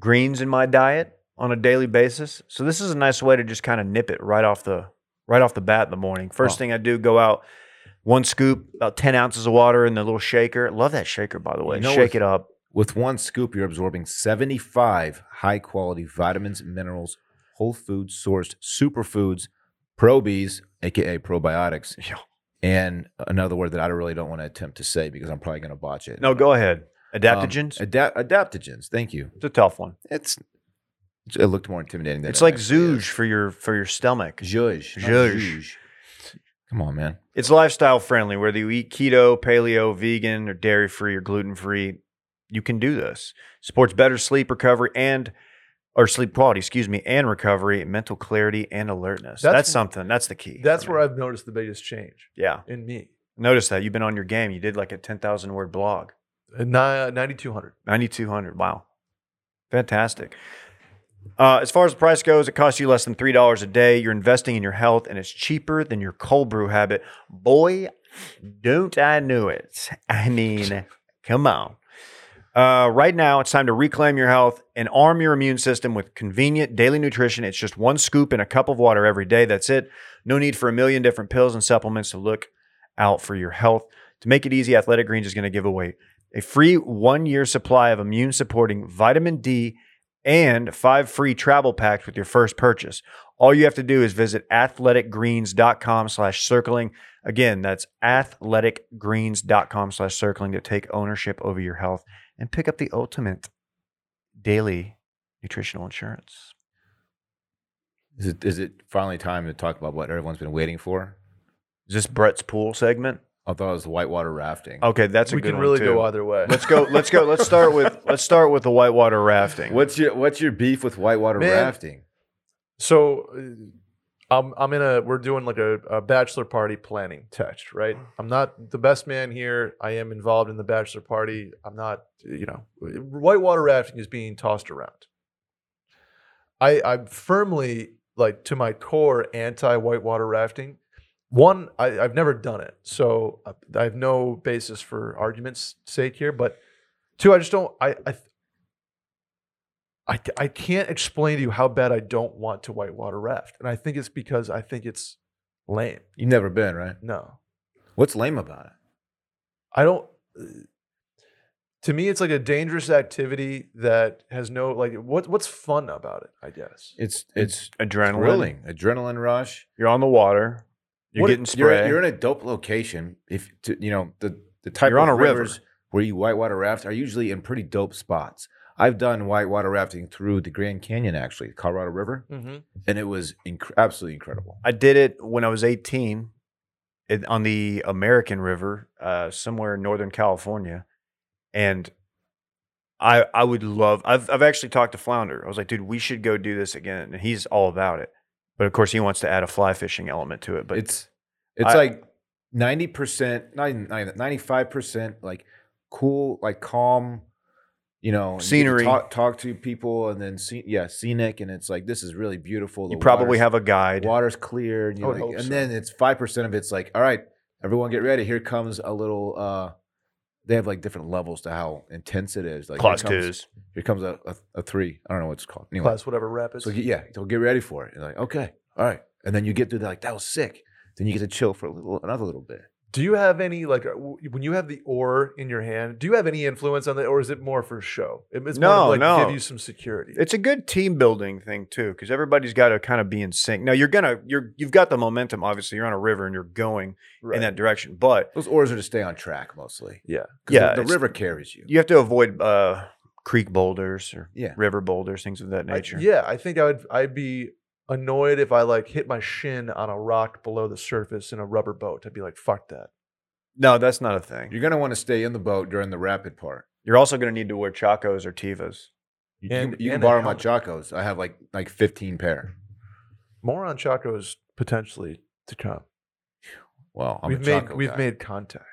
greens in my diet on a daily basis. So this is a nice way to just kind of nip it right off the right off the bat in the morning. First
Oh.
thing I do, go out. One scoop, about ten ounces of water in the little shaker. Love that shaker, by the way.
You know
Shake
what-
it up.
With one scoop, you're absorbing 75 high quality vitamins, minerals, whole food sourced superfoods, probies, aka probiotics,
Yeah.
and another word that I really don't want to attempt to say because I'm probably going to botch it.
No, go ahead.
Um,
Adaptogens.
adap- adaptogens. Thank you.
it's a tough one.
It's it looked more intimidating than
It's
it
like
actually
zouge
is.
for your for your stomach.
Zhuzh. not
Zhuzh.
zhuzh. Come on, man.
It's lifestyle friendly, whether you eat keto, paleo, vegan, or dairy free or gluten free. You can do this. Supports better sleep recovery and or sleep quality, excuse me, and recovery, mental clarity, and alertness.
That's-
That's, something. That's the key.
That's
for
where
me.
I've noticed the biggest change
yeah.
in me.
Notice that you've been on your game. You did like a ten thousand word blog.
Uh, ni- 9200
9200 wow fantastic uh, as far as the price goes it costs you less than $3 a day you're investing in your health and it's cheaper than your cold brew habit [laughs] boy don't i know it i mean come on Uh, right now, it's time to reclaim your health and arm your immune system with convenient daily nutrition. It's just one scoop and a cup of water every day. That's it. No need for a million different pills and supplements to look out for your health. To make it easy, Athletic Greens is going to give away a free one year supply of immune supporting vitamin D and five free travel packs with your first purchase. All you have to do is visit athleticgreens.com slash circling. Again, that's athleticgreens.com slash circling to take ownership over your health and pick up the ultimate daily nutritional insurance.
Is it, is it finally time to talk about what everyone's been waiting for?
Is this Brett's pool segment?
I thought it was whitewater rafting.
Okay, that's a
we
good
can
one
really
too.
go either way.
Let's go. Let's go. Let's start with let's start with the whitewater rafting.
What's your What's your beef with whitewater
Man.
rafting?
So uh, I'm I'm in a we're doing like a, a bachelor party planning text, right? I'm not the best man here. I am involved in the bachelor party. I'm not, you know, whitewater rafting is being tossed around. I I'm firmly like to my core anti whitewater rafting. One, I, I've never done it, so uh, I- I have no basis for argument's sake here. But two, I just don't. I I, I, c- I can't explain to you how bad I don't want to whitewater raft. And I think it's because I think it's lame.
You've never been, right?
No,
What's lame about it?
I don't. uh, To me, it's like a dangerous activity that has no like. What what's fun about it? I guess.
It's It's
Adrenaline.
thrilling, adrenaline rush.
You're on the water. You're
What-
getting
you're,
spray.
you're in a dope location. If to, you know the the type
You're on
of
a river.
rivers where you whitewater raft are usually in pretty dope spots. I've done whitewater rafting through the Grand Canyon, actually, Colorado River,
Mm-hmm.
and it was inc- absolutely incredible.
I did it when I was 18 in, on the American River, uh, somewhere in Northern California, and I I would love. I've I've actually talked to Flounder. I was like, dude, we should go do this again, and he's all about it. But of course, he wants to add a fly fishing element to it. But
it's it's
I-
like ninety percent, ninety five percent, like cool, like calm, you know, and you get to
Scenery.
Talk, talk to people, and then scen- yeah, scenic, and it's like this is really beautiful.
you
the
probably
water's-
have a guide.
water's clear, and, you
I would
like-
hope
and
so.
then it's five percent of it's like, all right, everyone get ready. Here comes a little. uh They have like different levels to how intense it is. Like here
Class
comes-
twos.
Here comes a, a, a three. I don't know what it's called. Anyway,
Class whatever rapids.
so get- yeah, so get ready for it. You're like, okay, all right, and then you get through that. Like that was sick. Then you get to chill for a little, another little bit.
do you have any like uh, w- when you have the oar in your hand? Do you have any influence on that, or is it more for show? It- It's
No,
more to, like
no.
give you some security.
It's a good team building thing too, because everybody's got to kind of be in sync. Now you're gonna you're you've got the momentum. Obviously, you're on a river and you're going
Right.
in that direction, but
Those oars are to stay on track mostly.
Yeah.
'Cause
Yeah,
The, the
it's-
river carries you.
you have to avoid uh, creek boulders or
Yeah.
river boulders, things of that
I-
nature.
yeah, I think I would. I'd be annoyed if I like hit my shin on a rock below the surface in a rubber boat. I'd be like, "Fuck that."
No, that's not a thing.
You're gonna want to stay in the boat during the rapid part.
You're also going to need to wear chacos or tivas.
You,
And-
can, you can
and a
borrow my
helmet.
chacos. I have like like 15 pair.
More on chacos potentially to come.
Well, I'm
we've
a
made
Chaco
we've
guy.
made contact.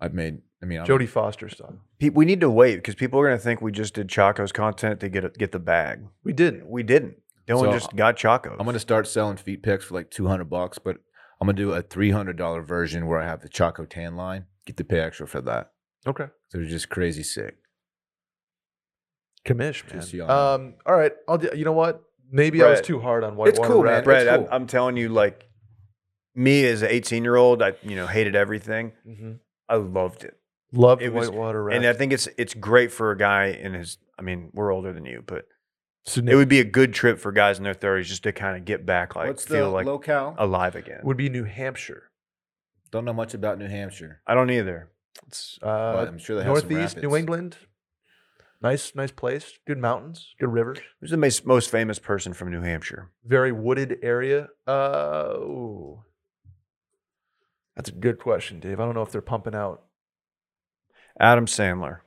I've made. I mean, I'm
Jodie Foster style.
Pe- We need to wait because people are going to think we just did chacos content to get a, get the bag.
We didn't.
We didn't. Dylan
So,
just got chacos.
I'm gonna start selling feet picks for like 200 bucks, but I'm gonna do a 300 dollar version where I have the Choco tan line. Get to pay extra for that.
Okay.
So it's just crazy sick.
Commish,
Just
man.
yawn.
Um, all right. I'll do, you know what? Maybe I was
Brett.
too hard on whitewater.
It's cool, man.
rafting.
Brad,
It's
I'm,
cool.
I'm telling you, like me as an 18 year old, I you know hated everything.
Mhm.
I loved it,
Loved
It was-
whitewater
and I
rafting.
think it's it's great for a guy in his. I mean, we're older than you, but
So
it would be a good trip for guys in their 30s just to kind of get back, like
What's the
feel like
locale?
alive again.
would be New Hampshire,
Don't know much about New Hampshire,
I don't either.
It's,
but
uh,
I'm sure they have some
northeast New
rapids.
England. Nice, nice place. Good mountains. Good rivers.
Who's the mas- most famous person from New Hampshire?
Very wooded area. Uh, ooh. That's a good question, Dave. I don't know if they're pumping out.
Adam Sandler.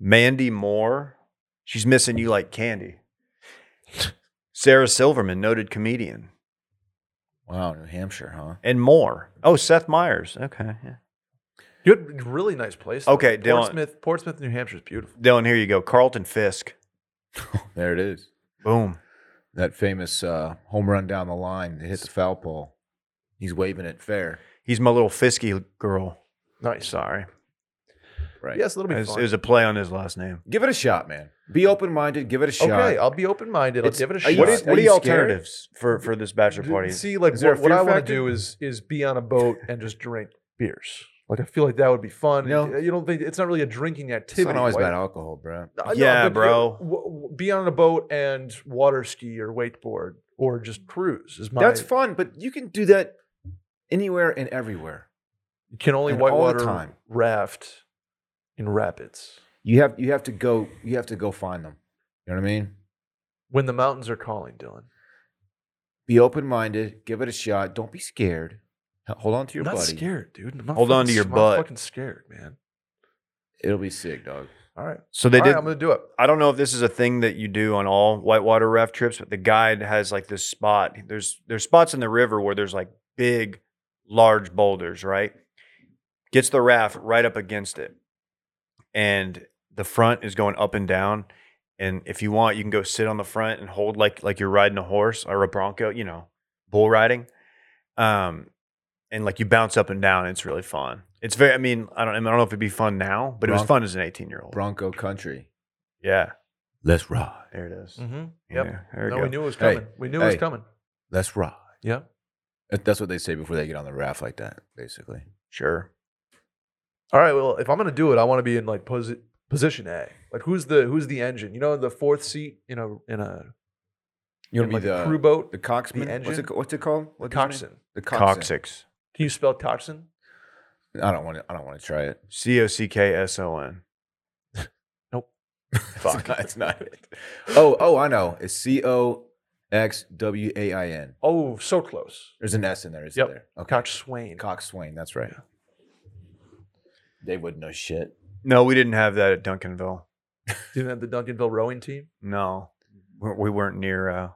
Mandy Moore. She's missing you like
[laughs]
candy. Sarah Silverman, noted comedian,
Wow, New Hampshire, huh?
[laughs]
and more. Oh, Seth Meyers. Okay. Yeah.
Good, really nice place. though.
Okay, Dylan.
Portsmouth, Portsmouth, New Hampshire is beautiful.
Dylan, here you go. Carlton Fisk.
There it is.
Boom.
That famous uh, home run down the line that hit the foul pole. He's waving it fair.
He's my little Fisky girl.
Nice.
Sorry.
right.
Yes, it'll be
It's-
fun.
It was a play on his last name.
Give it a shot, man. Be open minded. Give it a shot.
okay, I'll be open minded. I'll
It's-
give it a
are
shot.
you-
What is-
are
what are the
you scared?
alternatives for for this bachelor
D-
party?
See, like
Is there a
what, what I
fear
want to
factor?
do is is be on a boat and just drink beers. Like I feel like that would be fun.
No.
You don't think it's not really a drinking activity.
It's not always
like-
about alcohol, bro.
I know,
Yeah,
but be-
bro.
w- w- Be on a boat and water ski or wakeboard or just cruise is my.
That's fun, but you can do that anywhere and everywhere.
You can only
and all the
whitewater
time.
raft in rapids
You have you have to go you have to go find them. You know what I mean?
when the mountains are calling, Dylan.
Be open minded. Give it a shot. Don't be scared. H- Hold on to your
I'm not
buddy.
scared, dude. I'm not
Hold on
fucking
to your
s- I'm
butt.
Not fucking scared, man.
It'll be sick, dog.
All right,
so they
All right,
did.
I'm gonna do it.
I don't know if this is a thing that you do on all whitewater raft trips, but the guide has like this spot. There's there's spots in the river where there's like big, large boulders, right? Gets the raft right up against it. And the front is going up and down. And if you want, you can go sit on the front and hold like like you're riding a horse or a bronco, you know, bull riding. Um and like you bounce up and down, it's really fun. It's very I mean, I don't I don't know if it'd be fun now, but it was
Bronc-
fun as an 18 year old.
Bronco country.
Yeah.
Let's ride.
There it is.
Mm-hmm. Yep.
Yeah, there we
No,
go.
we knew it was
Hey,
coming. we knew it was
hey.
coming.
Let's ride.
Yeah.
That- That's what they say before they get on the raft like that, basically.
sure.
All right. Well, if I'm gonna do it, I want to be in like posi- position A. Like who's the who's the engine? You know, the fourth seat in a in a,
You want
in
to
like
be
a
the
crew boat,
the coxman.
the
What's
engine?
it, what's it called?
the
What's his name?
coxswain.
The coxswain.
Coccyx.
Can you spell coxswain?
I don't want to. I don't want to try it. [laughs]
C O C K S O N.
Fuck, that's not it. Oh, oh, I know. It's C O X W A I N.
Oh, so close.
There's an S in there, isn't
Yep.
there? Okay.
Coxswain.
Coxswain. That's right. They would know shit.
No, we didn't have that at Duncanville.
Didn't have the Duncanville rowing team.
No, we we weren't near uh,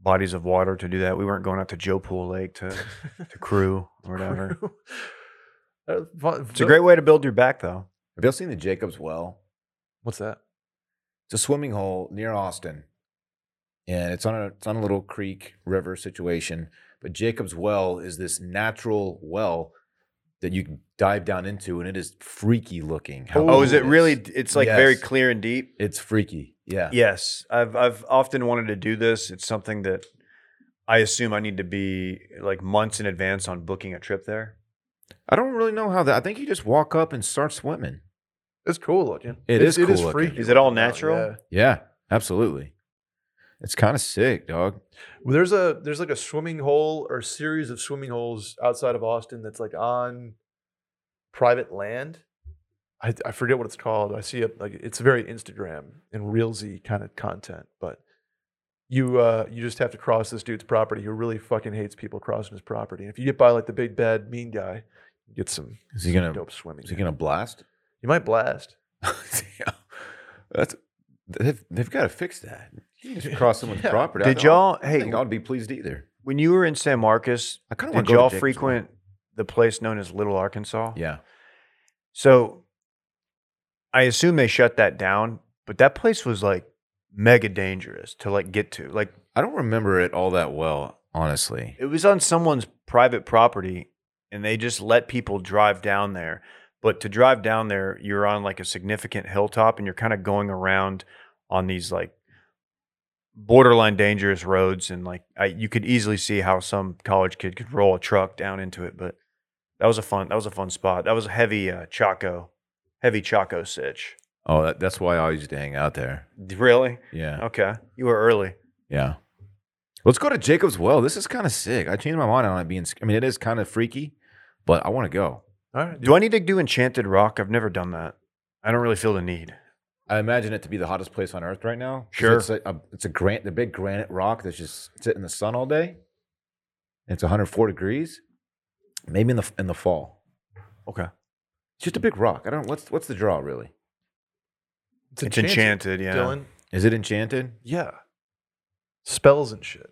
bodies of water to do that. We weren't going out to Joe Pool Lake
[laughs]
to, to crew or whatever.
[laughs]
Uh, fun-
It's a great way to build your back, though.
Have y'all seen the Jacobs Well?
What's that?
It's a swimming hole near Austin, and it's on a it's on a little creek river situation. But Jacob's Well is this natural well that you can dive down into, and it is freaky looking. how
Oh, is
cool
it really?
is.
It's like very
Yes.
clear and deep.
It's freaky. Yeah.
Yes, I've I've often wanted to do this. It's something that I assume I need to be like months in advance on booking a trip there.
I don't really know how that. I think you just walk up and start swimming.
It's cool looking.
It
it's,
is
It is
cool looking.
freaky.
Is it all
looking out,
natural?
yeah.
Yeah, absolutely. It's kind of sick, dog.
Well, There's a there's like a swimming hole or series of swimming holes outside of Austin that's like on private land. I, I forget what it's called. I see it like it's very Instagram and reelsy kind of content, but you uh, you just have to cross this dude's property who really fucking hates people crossing his property. And if you get by like the big bad mean guy, you get some
Is he gonna?
dope swimming.
Is he gonna blast? [laughs]
you might blast.
That's they've, they've got to fix that. You can just cross someone's [laughs]
Yeah.
property.
Did y'all?
I
Hey,
think I'd be pleased either.
when you were in San Marcos,
I kind of
Did y'all frequent the place known as Little Arkansas?
Yeah,
So I assume they shut that down, but that place was like mega dangerous to like get to. Like
I don't remember it all that well, honestly.
it was on someone's private property and they just let people drive down there. But to drive down there, you're on like a significant hilltop and you're kind of going around on these like borderline dangerous roads and like I, you could easily see how some college kid could roll a truck down into it but that was a fun that was a fun spot that was a heavy uh, choco heavy choco sitch
Oh, that, that's why I used to hang out there.
really
Yeah,
okay you were early
yeah. Let's go to Jacob's Well. This is kind of sick. I changed my mind on it being. sc- I mean, it is kind of freaky, but I want to go.
All right.
do i need to do enchanted rock i've never done that i don't really feel the need
I imagine it to be the hottest place on earth right now. 'cause
Sure.
it's a, a- it's a gran- the big granite rock that's just sitting in the sun all day. It's 104 degrees, maybe in the in the fall.
okay
It's just a big rock. I don't. What's what's the draw really?
it's enchanted, yeah
Dylan.
Is it enchanted?
Yeah. Spells and shit.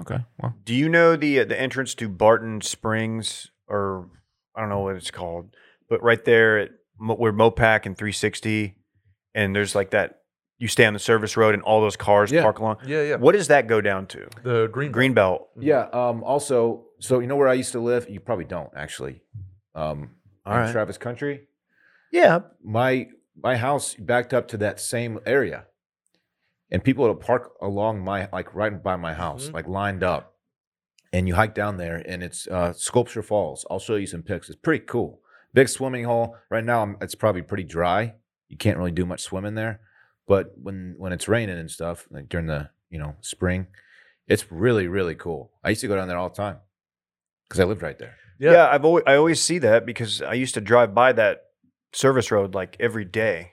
Okay. Well,
do you know the uh, the entrance to barton springs or i don't know what it's called but right there at Mo- where mopac and 360 and there's like that you stay on the service road and all those cars
Yeah.
park along
Yeah, Mm-hmm. yeah.
What does that go down to?
The green
Greenbelt.
yeah. Um. Also, so you know where I used to live? You probably don't actually. Um.
All
in
right.
Travis Country. Yeah, my my house backed up to that same area, and people would park along my like right by my house,
Mhm.
like lined up. And you hike down there, and it's uh, Sculpture Falls. I'll show you some pics. It's pretty cool. Big swimming hole. Right now, I'm- it's probably pretty dry. You can't really do much swimming there. But when when it's raining and stuff, like during the you know spring, it's really really cool. I used to go down there all the time because I lived right there.
Yeah.
Yeah, I've always I always see that because I used to drive by that service road like every day,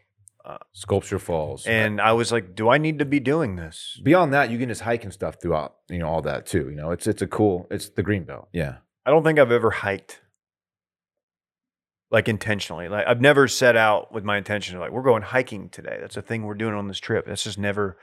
Sculpture Falls.
and I was like, "Do I need to be doing this?"
beyond that, you can just hike and stuff throughout, you know, all that too. You know, it's it's a cool, it's the green belt. Yeah.
I don't think I've ever hiked like intentionally. Like I've never set out with my intention of like we're going hiking today. That's a thing we're doing on this trip. That's just never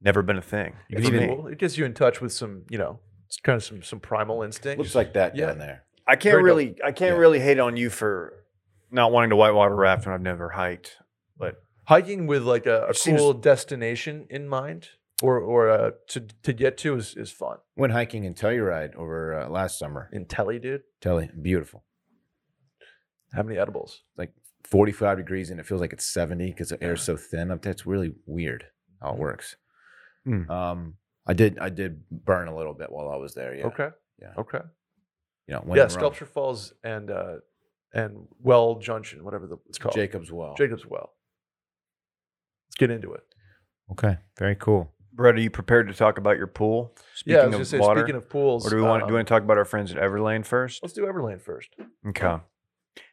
never been a thing.
You
for
can
It's
even-
me.
cool. It gets you in touch with some, you know, it's kind of some some primal instincts.
Looks like that
Yeah.
down there.
I can't
Very dope.
really I can't
Yeah.
really hate on you for not wanting to whitewater raft when I've never hiked. But
hiking with like a, a
It seems-
cool destination in mind or or uh, to to get to is is fun.
Went hiking in Telluride over uh, last summer.
In Telly, dude,
Telly, beautiful.
how many edibles?
45 degrees and it feels like it's 70 because the air's so thin up there. It's really weird how
Mm-hmm.
it works.
Hmm.
Um, I did I did burn a little bit while I was there. Yeah.
Okay.
Yeah.
Okay.
You know, when
yeah,
in Rome.
Sculpture Falls and uh and Well Junction, whatever the, it's called.
Jacob's Well.
Jacob's Well. Let's get into it.
Okay. Very cool.
Brett, are you prepared to talk about your pool?
yeah, I was gonna say, speaking of pools,
or do we want do
um,
you want to talk about our friends at Everlane first?
Let's do Everland first.
Okay.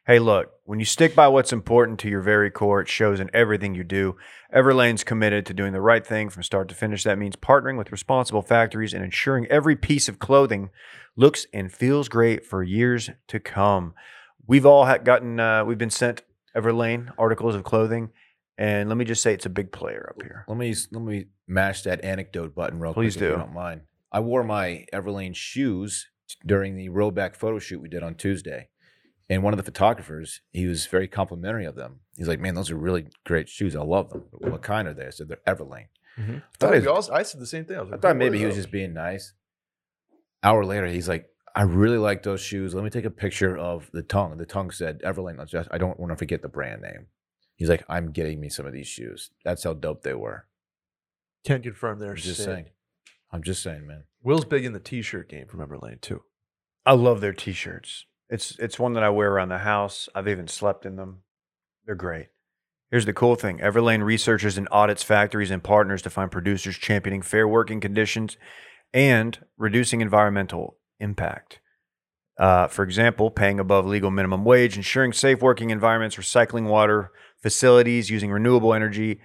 Hey, look, when you stick by what's important to your very core, it shows in everything you do. Everlane's committed to doing the right thing from start to finish. That means partnering with responsible factories and ensuring every piece of clothing looks and feels great for years to come. We've all ha- gotten, uh, we've been sent Everlane articles of clothing. And let me just say, it's a big player up here.
Let me let me mash that anecdote button real
Please
quick. If
do.
you don't mind. I wore my Everlane shoes during the rollback photo shoot we did on Tuesday, and one of the photographers he was very complimentary of them. He's like, "Man, those are really great shoes. I love them. But what kind are they?" I said, "They're Everlane."
Mm-hmm.
Mhm.
I thought,
I,
he
we
was-
all- I said the same thing. I, was
I
like,
thought
"Who
maybe
are
he was
those?"
just being nice. Hour later, he's like, "I really like those shoes. Let me take a picture of the tongue." The tongue said, "Everlane." I just- I don't want to forget the brand name. He's like, "I'm getting me some of these shoes. That's how dope they were."
can't confirm their
I'm just
sin.
saying. I'm just saying, man.
Will's big in the t-shirt game from Everland too.
I love their t-shirts. It's it's one that I wear around the house. I've even slept in them. They're great. Here's the cool thing. Everlane researches and audits factories and partners to find producers championing fair working conditions and reducing environmental impact. Uh, for example, paying above legal minimum wage, ensuring safe working environments, recycling water facilities, using renewable energy,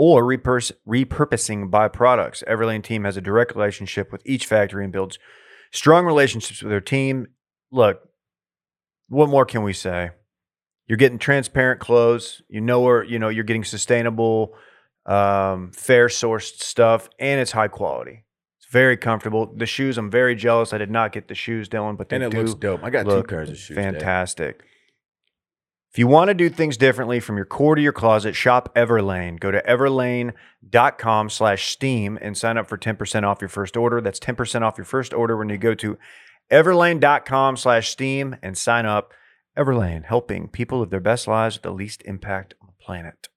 or repurs- repurposing byproducts. Everlane team has a direct relationship with each factory and builds strong relationships with their team. Look, what more can we say? You're getting transparent clothes. You know where you know you're getting sustainable, um, fair sourced stuff, and it's high quality. It's very comfortable. The shoes, I'm very jealous. I did not get the shoes, Dylan, but they
And it
do
looks dope. I got two
look
pairs of shoes. Dave.
fantastic. If you want to do things differently from your core to your closet, shop Everlane. Go to everlane.com slash steam and sign up for 10% off your first order. That's 10% off your first order when you go to everlane.com slash steam and sign up. Everlane, helping people live their best lives with the least impact on the planet.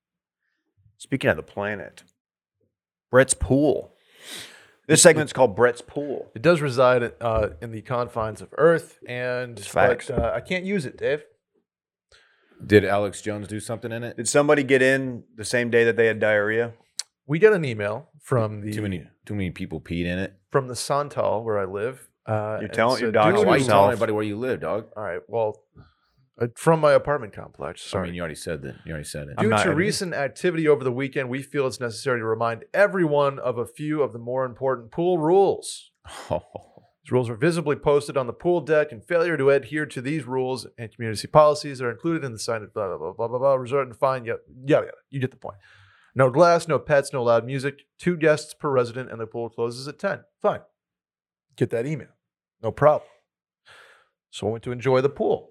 Speaking of the planet, Brett's Pool. This segment's called Brett's Pool.
It does reside uh, in the confines of Earth, and
It's facts.
but uh, I can't use it, Dave.
Did Alex Jones do something in it?
Did somebody get in the same day that they had diarrhea?
We got an email from the
Too many, too many people peed in it.
from the Santal where I live. Uh,
You're
and
telling-
said,
you're doxing
"Due
Oh,
to-
why you telling
yourself.
anybody where you live, dog?
All right, well, uh, from my apartment complex.
I
Sorry.
mean, you already said that. You already said it.
I'm
[laughs]
Due
not
to
editing.
recent activity over the weekend, we feel it's necessary to remind everyone of a few of the more important pool rules.
Oh,
These rules are visibly posted on the pool deck, and failure to adhere to these rules and community policies are included in the sign of blah blah blah blah blah blah. Resort and fine. Yep, yeah, yeah. You get the point. No glass, no pets, no loud music. Two guests per resident, and the pool closes at ten. Fine. Get that email. No problem. So I went to enjoy the pool.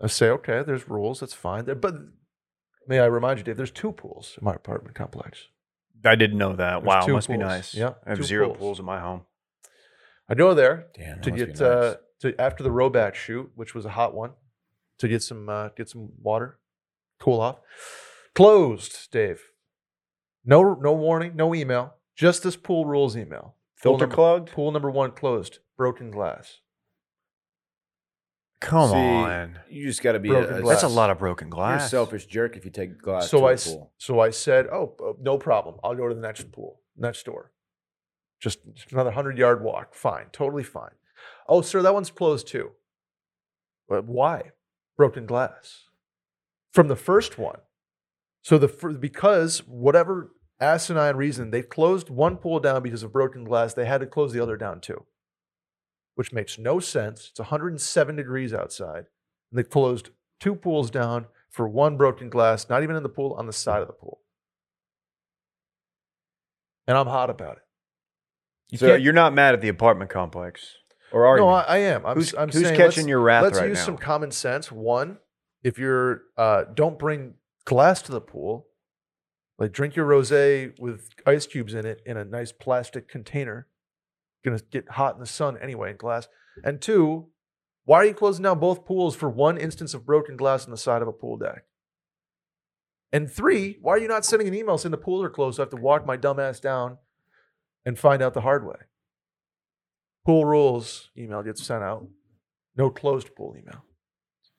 I say, okay, there's rules. That's fine. There, but may I remind you, Dave? There's two pools in my apartment complex.
I didn't know that.
There's
Wow,
two
must be
pools.
nice.
Yeah,
I have
two
zero
pools.
pools. in my home.
I go there
Damn, that
to
must
get
be nice.
uh, to after the Roback shoot, which was a hot one. to get some uh, get some water, cool off. Closed, Dave. No no warning, no email. Just this pool rules email. Pool
Filter
number-
clogged?
Pool number one closed. Broken glass.
Come
See,
on.
You just got to be
Broken
a,
glass.
That's a lot of broken glass.
You're a selfish jerk if you take glass.
so
to
I
a
s-
pool.
so I said, "Oh, uh, no problem. I'll go to the next pool, next door. Just, just another hundred yard walk. Fine, totally fine." Oh, sir, that one's closed too. But why? Broken glass from the first one. So the fir- because whatever asinine reason they closed one pool down because of broken glass, they had to close the other down too, which makes no sense. It's 107 degrees outside, and they closed two pools down for one broken glass, not even in the pool, on the side of the pool. And I'm hot about it. You
so
can't-
you're not mad at the apartment complex, or are
no,
you?
I, I am. I'm,
who's
I'm
who's
saying
catching
let's-
your wrath
let's
right
use
now?
some common sense. One, if you're uh, don't bring glass to the pool, like drink your rosé with ice cubes in it in a nice plastic container. Gonna get hot in the sun anyway in glass. And two, why are you closing down both pools for one instance of broken glass on the side of a pool deck? And three, why are you not sending an email saying the pools are closed? So I have to walk my dumb ass down and find out the hard way. Pool rules email gets sent out. No closed pool email.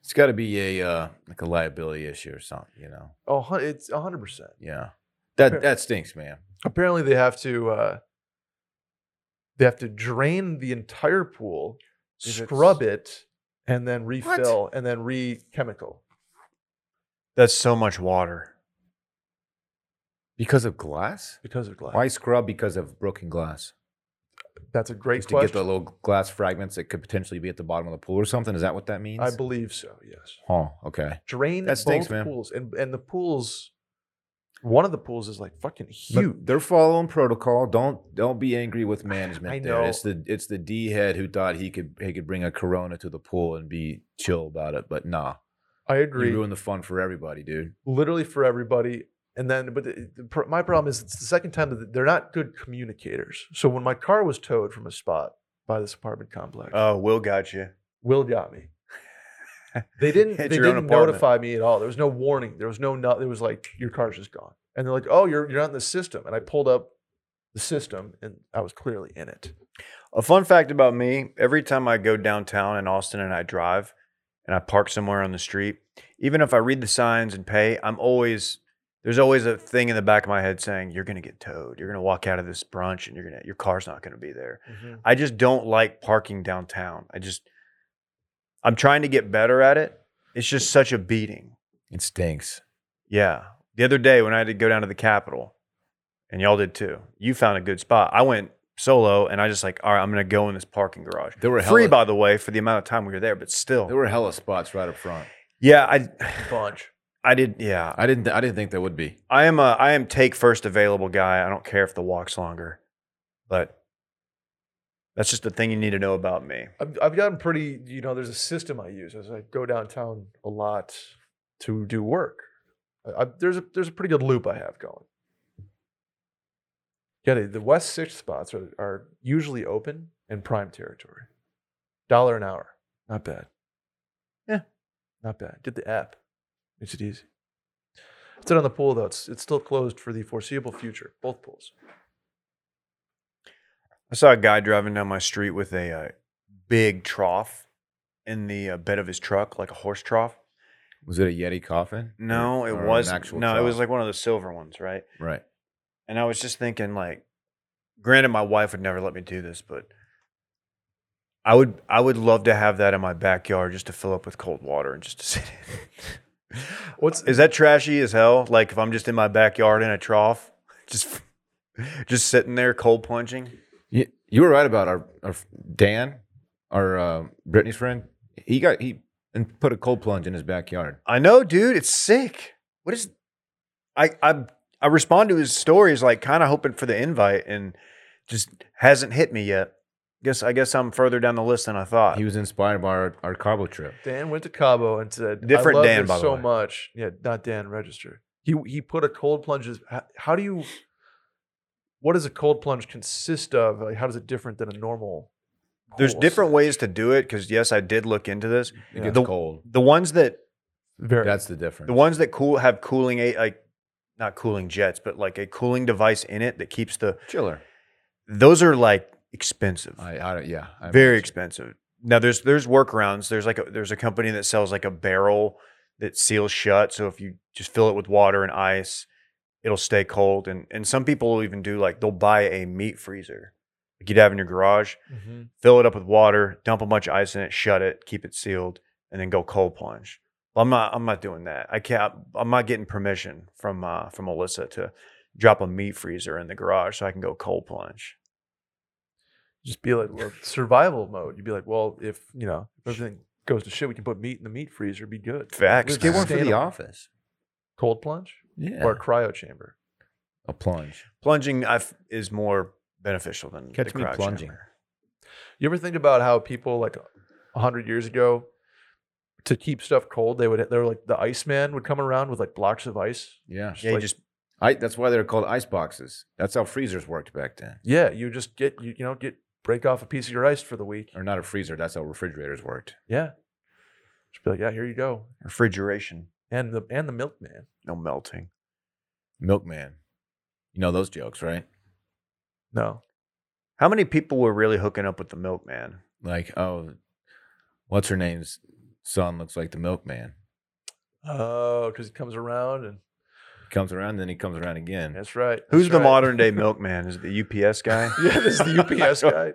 It's got to be a uh, like a liability issue or something, you know?
Oh, hun- it's hundred percent.
Yeah, that
Fair.
that stinks, man.
Apparently, they have to uh, they have to drain the entire pool,
If
scrub it, and then refill, and then re-chemical.
That's so much water.
Because of glass?
because of glass.
Why scrub because of broken glass?
That's a great
Just to get the
question.
little glass fragments that could potentially be at the bottom of the pool or something. Is that what that means?
I believe so. Yes.
oh, okay.
Drain
That stinks,
both
man.
pools, and and the pools. One of the pools is like fucking
But
huge.
They're following protocol. Don't don't be angry with management.
[sighs] I
There. It's the it's the D head who thought he could he could bring a Corona to the pool and be chill about it, but nah,
I
you
agree.
ruined the fun for everybody, dude.
literally for everybody. And then, but the, the, pr- my problem is it's the second time that they're not good communicators. So when my car was towed from a spot by this apartment complex,
Oh, Will got you.
Will got me. They didn't.
[laughs]
they
At your own
didn't
apartment.
notify me at all. There was no warning. There was no. No. There was like your car's just gone. And they're like, oh, you're you're not in the system. And I pulled up the system, and I was clearly in it.
A fun fact about me: every time I go downtown in Austin and I drive, and I park somewhere on the street, even if I read the signs and pay, I'm always there's always a thing in the back of my head saying you're gonna get towed. You're gonna walk out of this brunch, and you're gonna your car's not gonna be there. I just don't like parking downtown. I just I'm trying to get better at it. It's just such a beating.
It stinks.
Yeah. The other day when I had to go down to the Capitol, and y'all did too. You found a good spot. I went solo, and I just like, all right, I'm gonna go in this parking garage.
There were
free,
hella-
by the way, for the amount of time we were there, but still.
There were hella spots right up front.
yeah, I,
Bunch.
I did. Yeah,
I didn't I didn't think there would be.
I am a, I am take first available guy. I don't care if the walk's longer, but that's just the thing you need to know about me.
I've, I've gotten pretty, you know, there's a system I use as I go downtown a lot to do work. I, I, there's a there's a pretty good loop I have going. Yeah, the, the West Sixth spots are, are usually open and prime territory. Dollar an hour, not bad.
Yeah.
not bad. Get the app, makes it easy. It's on the pool though. It's it's still closed for the foreseeable future. Both pools.
I saw a guy driving down my street with a uh, big trough in the uh, bed of his truck, like a horse trough.
Was it a Yeti coffin?
No, it
Mm, Or an
was no,
actual
it was
trough?
like one of the silver ones, right?
right.
And I was just thinking, like, granted, my wife would never let me do this, but I would, I would love to have that in my backyard just to fill up with cold water and just to [laughs] sit in.
What's
Is that trashy as hell? Like, if I'm just in my backyard in a trough, [laughs] just, just sitting there cold plunging.
You, you were right about our, our f- Dan, our uh, Brittany's friend. He got he and put a cold plunge in his backyard.
I know, dude. It's sick. What is? I I I respond to his stories like kind of hoping for the invite, and just hasn't hit me yet. Guess I guess I'm further down the list than I thought.
He was inspired by our, our Cabo trip.
Dan went to Cabo and said,
Different
"I love
Dan,
this
by the
so
way.
much." Yeah, not Dan Register. He he put a cold plunge. as- How, how do you? What does a cold plunge consist of? Like, how does it different than a normal
There's
course.
different ways to do it because yes, I did look into this.
It
Yeah.
gets
The-
cold.
The ones that
Very.
That's er, the difference.
the ones that cool have cooling a like not cooling jets, but like a cooling device in it that keeps the
chiller.
those are like expensive.
I, I don't- yeah. I
very
imagine.
expensive. Now there's there's workarounds. There's like a, there's a company that sells like a barrel that seals shut. So if you just fill it with water and ice, it'll stay cold. And and some people will even do like they'll buy a meat freezer like you'd have in your garage,
Mhm.
fill it up with water, dump a bunch of ice in it, shut it, keep it sealed, and then go cold plunge. Well, I'm not I'm not doing that. I can't. I'm not getting permission from uh, from Alyssa to drop a meat freezer in the garage so I can go cold plunge.
Just be like well, survival mode. You'd be like, well, if you know if everything goes to shit, we can put meat in the meat freezer. Be good.
Facts.
Live
Get one for the
sustainable.
office.
Cold plunge
Yeah.
or a cryo chamber.
a plunge.
plunging I f- is more beneficial than the
Catch me
crotch
plunging.
hammer.
You ever think about how people like a hundred years ago, to keep stuff cold, they would they were like the Iceman would come around with like blocks of ice.
Yeah.
Yeah, you
like-
just
I, that's why they're called ice boxes. That's how freezers worked back then.
Yeah, you just get you you know get break off a piece of your ice for the week.
Or not a freezer. That's how refrigerators worked.
Yeah, just be like, yeah, here you go,
refrigeration,
and the and the milkman.
no melting.
Milkman. You know those jokes, right?
No,
How many people were really hooking up with the milkman?
Like, oh, what's her name's son looks like the milkman.
oh, because he comes around and
He comes around, then he comes around again.
that's right.
Who's
that's
the
right.
modern day milkman? Is it the UPS guy?
Yeah, this is [laughs] the
[laughs]
UPS guy.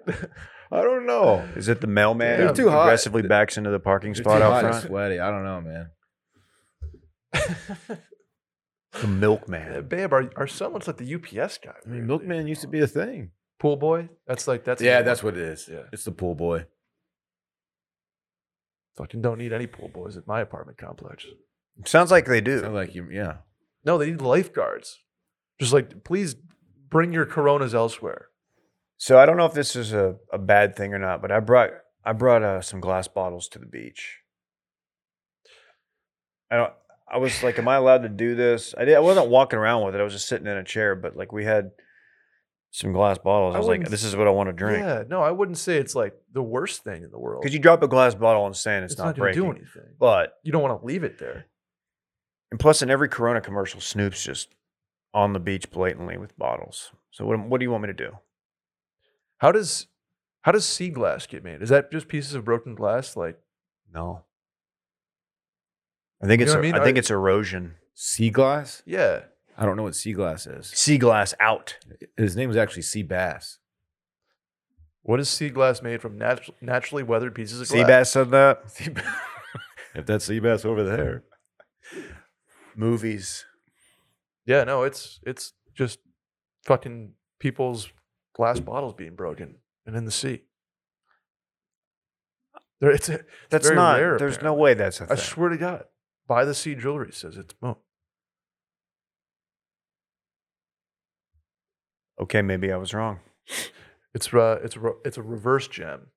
I don't know.
[laughs] Is it the mailman
They're
who
too hot.
aggressively backs into the parking
It's
spot
too
out
hot and
front?
sweaty. I don't know, man.
The
Uh,
milkman.
[laughs] Babe, our, our son looks like the UPS guy.
I mean, milkman used to be a thing.
pool boy. That's like that's
yeah,
the-
that's what it is.
Yeah.
It's the pool boy.
fucking don't need any pool boys at my apartment complex.
Sounds like they
Sounds
do.
like you, yeah.
No, they need lifeguards. Just like please bring your coronas elsewhere.
So I don't know if this is a, a bad thing or not, but I brought I brought uh, some glass bottles to the beach. I don't, I was like, am I allowed to do this? I did. I wasn't walking around with it. I was just sitting in a chair, but like we had some glass bottles. I,
I
was like,
wouldn't-
this is what I want to drink.
Yeah, no, I wouldn't say it's like the worst thing in the world.
Because you drop a glass bottle on sand, it's,
it's,
not,
not, going to
breaking.
do anything.
But
you don't want to leave it there.
and plus, in every Corona commercial, Snoop's just on the beach blatantly with bottles. So what, what do you want me to do?
How does how does sea glass get made? Is that just pieces of broken glass? Like
No. I think
You
it's
know what
er-
I mean?
I
I-
think it's erosion.
Sea glass?
yeah,
I don't know what sea glass is.
Sea glass out.
His name was actually Sea Bass.
what is sea glass made from? Natu- naturally weathered pieces of
Seabass
glass.
said
[laughs]
that.
if that's Sea Bass over there.
Movies.
Yeah, no, it's it's just fucking people's glass bottles being broken and in the sea. There, it's it's
That's
very
not.
rare,
there's no
apparently.
way that's a
I
thing.
swear to God, by the sea jewelry says it's mo.
okay, maybe I was wrong.
It's uh, it's re- it's a reverse gem.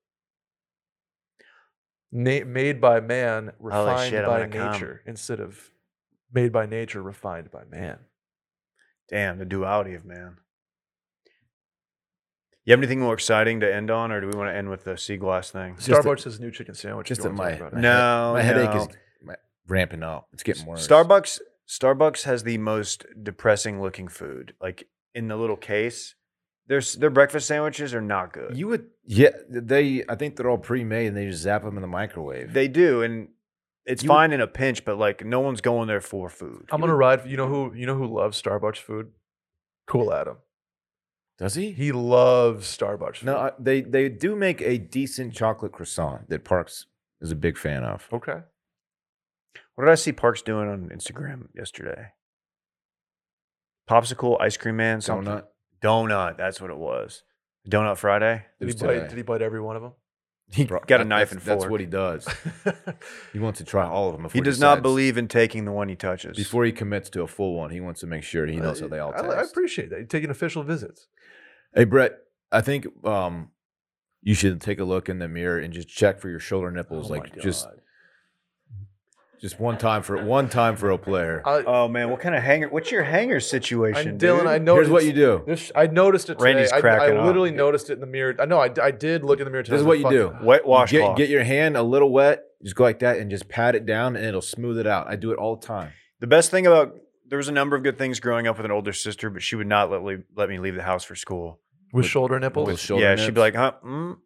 Na- made by man, refined
shit, I'm
by
gonna come.
nature instead of made by nature, refined by man.
Damn, the duality of man. You have anything more exciting to end on, or do we want to end with the sea glass thing?
Just that-
Starbucks has new chicken sandwich.
just
You
that
wanna
my-
talk about it?
my
No,
My headache
no.
is my, ramping up. It's getting worse.
Starbucks. Starbucks has the most depressing looking food. Like in the little case, their s- their breakfast sandwiches are not good.
You would, yeah. They, I think they're all pre-made and they just zap them in the microwave.
they do, and it's
You would-
fine in a pinch, but like no one's going there for food.
I'm gonna ride. You know who? You know who loves Starbucks food? Cool Adam.
Does he?
He loves Starbucks. Food.
no, I, they they do make a decent chocolate croissant that Parks is a big fan of.
okay.
What did I see Parks doing on Instagram yesterday? Popsicle, ice cream man, something.
Donut.
Donut. That's what it was. Donut
[laughs]
Friday.
Did he
Who's
bite?
today?
Did he bite every one of them?
He
got a knife and
That's
fork.
what he does. He wants to try all of them. Before
He does not
decides-
believe in taking the one he touches.
before he commits to a full one. He wants to make sure he knows how they all
I,
taste.
Uh, I appreciate that. You're taking official visits.
hey Brett, I think um, you should take a look in the mirror and just check for your shoulder nipples.
Oh my
like just
God.
Just one time for one time for a player.
I,
Oh man, what kind of hanger? What's your hanger situation,
I'm Dylan.
dude?
I know
Here's what you do.
This I noticed it today.
Randy's
I,
cracking
I literally
up.
noticed it in the mirror. I know I, I did look in the mirror. Today.
This is
I
what
was
you
like,
do.
"Fuck."
Wet
Get,
washcloth.
get your hand a little wet. Just go like that and just pat it down, and it'll smooth it out. I do it all the time.
The best thing about there was a number of good things growing up with an older sister, but she would not let le- let me leave the house for school.
with
With-
shoulder nipples.
With shoulder
yeah,
nips.
she'd be like, "Huh." Mm.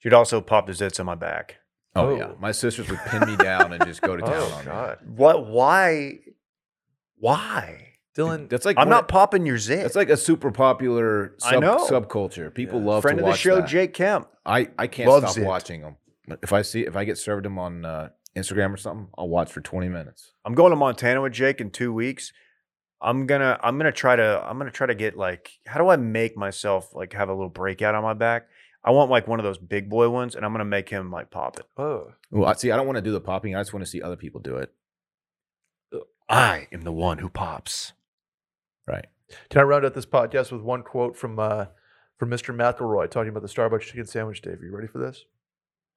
She'd also pop the zits on my back.
"Oh,
Oh.
yeah." My sisters would pin me down and just go to town
[laughs] oh
on
God,
What? Why? Why?
me.
Dylan.
That's like
I'm
one-
not popping your zit.
That's like a super popular
I
sub,
know.
subculture. People
Yeah.
love
friend
to
of the
watch
show,
that.
Jake Kemp.
I I can't
loves
stop
it.
watching them. If I see if I get served them on uh, Instagram or something, I'll watch for 20 minutes.
I'm going to Montana with Jake in two weeks. I'm gonna I'm gonna try to I'm gonna try to get like how do I make myself like have a little breakout on my back? I want like one of those big boy ones, and I'm gonna make him like pop it.
Oh,
Well, I- see, I don't want to do the popping. I just want to see other people do it.
I am the one who pops.
Right.
can I round out this podcast with one quote from uh, from Mr. McElroy talking about the Starbucks chicken sandwich? Dave, are you ready for this?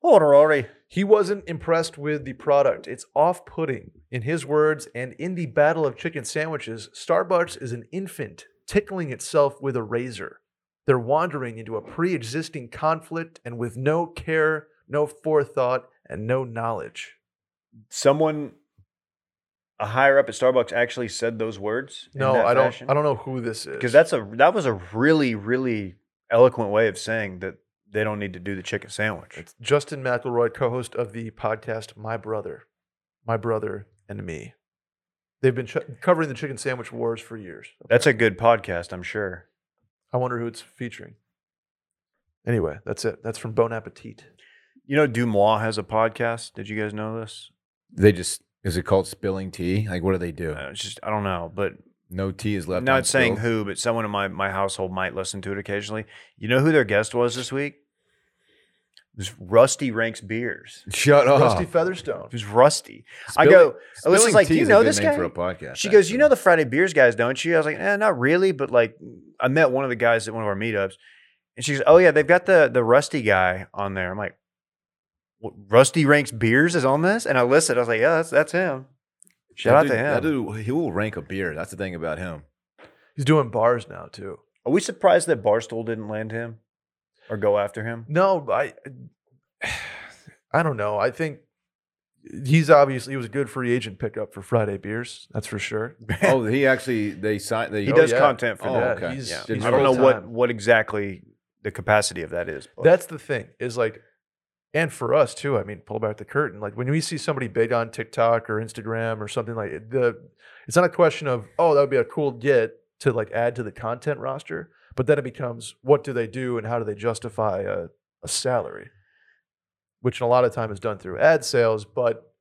Hold on, Rory.
He wasn't impressed with the product. It's off putting. In his words, and in the battle of chicken sandwiches, Starbucks is an infant tickling itself with a razor. They're wandering into a pre existing conflict and with no care, no forethought, and no knowledge.
Someone a higher up at Starbucks actually said those words.
No, I don't I don't know who this is.
because that's a that was a really really eloquent way of saying that they don't need to do the chicken sandwich.
It's Justin McElroy, co-host of the podcast My Brother, My Brother and Me. They've been ch- covering the chicken sandwich wars for years.
That's a good podcast, I'm sure.
I wonder who it's featuring. Anyway, that's it. That's from Bon Appetit.
You know, Dumois has a podcast. Did you guys know this?
They just is it called spilling tea? Like what do they do?
Uh, it's just I don't know, but
no tea is left.
I'm not saying who, but someone in my my household might listen to it occasionally. You know who their guest was this week? It was Rusty Ranks Beers.
who. Shut up.
Rusty Featherstone.
It was Rusty. I go.
Spilling
Alyssa's like,
Tea
"Do you
is a
know
good
this
name
guy?"
For a podcast,
She goes, "You know
actually.
the Friday Beers guys, don't you?" I was like, "Eh, not really," but like I met one of the guys at one of our meetups, and she goes, "Oh yeah, they've got the the Rusty guy on there." I'm like, what, "Rusty Ranks Beers is on this," and I listened. I was like, "Yeah, that's that's him." Shout
That
out
dude-
to him.
That dude, he will rank a beer. That's the thing
[laughs]
about him.
He's doing bars now too.
Are we surprised that Barstool didn't land him or go after him?
No, I, [sighs] I don't know. I think he's obviously he was a good free agent pickup for Friday beers. That's for sure.
Oh, he actually they signed.
[laughs]
They,
he
oh,
does
yeah.
content for
Oh,
that.
okay.
he's,
Yeah.
he's
I don't know
full
what
time.
what exactly the capacity of that is. but-
That's the thing is like, and for us too. I mean, pull back the curtain. Like when we see somebody big on TikTok or Instagram or something like eh, the, it's not a question of oh that would be a cool get to like add to the content roster, but then it becomes what do they do and how do they justify a, a salary, which a lot of time is done through ad sales, but.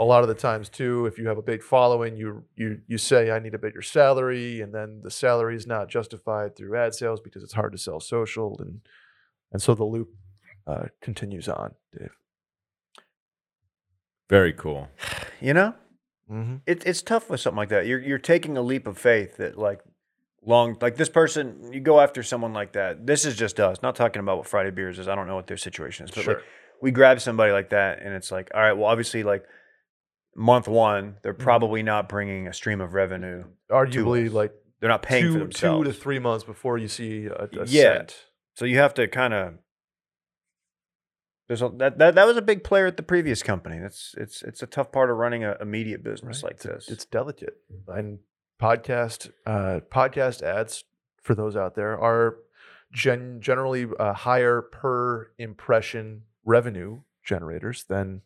A lot of the times too, if you have a big following, you you you say I need a bigger salary, and then the salary is not justified through ad sales because it's hard to sell social and and so the loop uh, continues on, Dave.
very cool.
you know,
Mm-hmm.
it, it's tough with something like that. You're you're taking a leap of faith that like long like this person you go after someone like that. This is just us. Not talking about what Friday Beers is. I don't know what their situation is, but like we grab somebody like that and it's like, all right, well, obviously like month one, they're
Mhm.
probably not bringing a stream of revenue.
Arguably,
months.
like
They're not paying for
two, two
themselves.
to three months before you see a, a
Yeah.
cent.
So you have to kind of. There's a, that, that that was a big player at the previous company. That's it's it's a tough part of running a, a media business
right?
like
It's-
this.
It's delicate. And podcast uh, podcast ads for those out there are gen- generally uh, higher per impression revenue generators than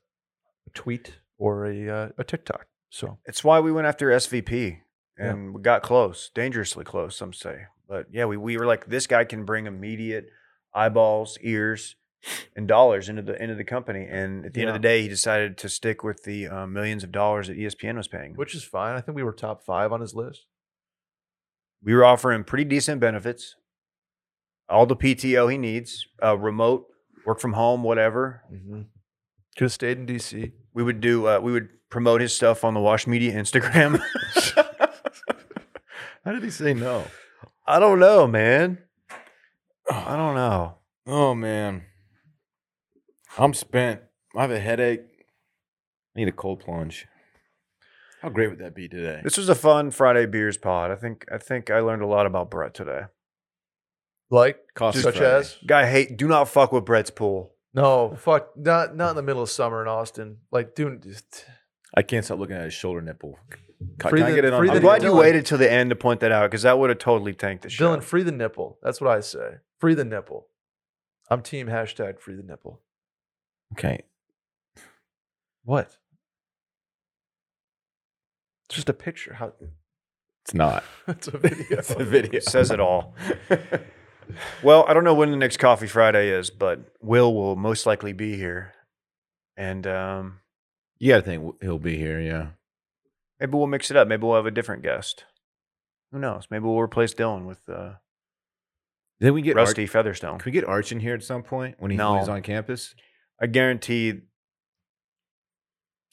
a tweet or a uh, a TikTok. So
It's why we went after SVP
Yeah.
and we got close, dangerously close, some say. But yeah, we, we were like, this guy can bring immediate eyeballs, ears, and dollars into the into the company. And at the end of the day, he decided to stick with the uh, millions of dollars that ESPN was paying.
which is fine. I think we were top five on his list.
we were offering pretty decent benefits, all the PTO he needs, uh, remote work from home, whatever.
Mm-hmm. Could have stayed in DC.
We would do uh, we would promote his stuff on the Wash Media Instagram. [laughs]
How did he say no?
I don't know, man. I don't know.
Oh man, I'm spent. I have a headache. I need a cold plunge. How great would that be today?
This was a fun Friday beers pod. I think I think I learned a lot about Brett today.
Like
Coffee
such
Friday.
as
Guy, hate do not fuck with Brett's pool.
no fuck not not in the middle of summer in Austin. Like dude, just-
I can't stop looking at his shoulder nipple. Can,
Free
can I
the-
get it on?
free
I'm
the-
glad you
Dylan-
waited till the end to point that out because that would have totally tanked the show.
Dylan, [laughs] free the nipple. That's what I say. Free the nipple. I'm team hashtag free the nipple.
okay.
What? It's just a picture. How?
[laughs] It's not.
It's a [laughs]
[laughs]
video.
It's a video.
It says
[laughs]
it all. well, I don't know when the next Coffee Friday is, but Will will most likely be here, and um,
You got to think w- he'll be here. Yeah.
maybe we'll mix it up. Maybe we'll have a different guest. Who knows? Maybe we'll replace Dylan with uh,
Then we get Arch-
Rusty Featherstone.
Can we get Arch in here at some point when, he,
No.
when he's on campus?
I guarantee.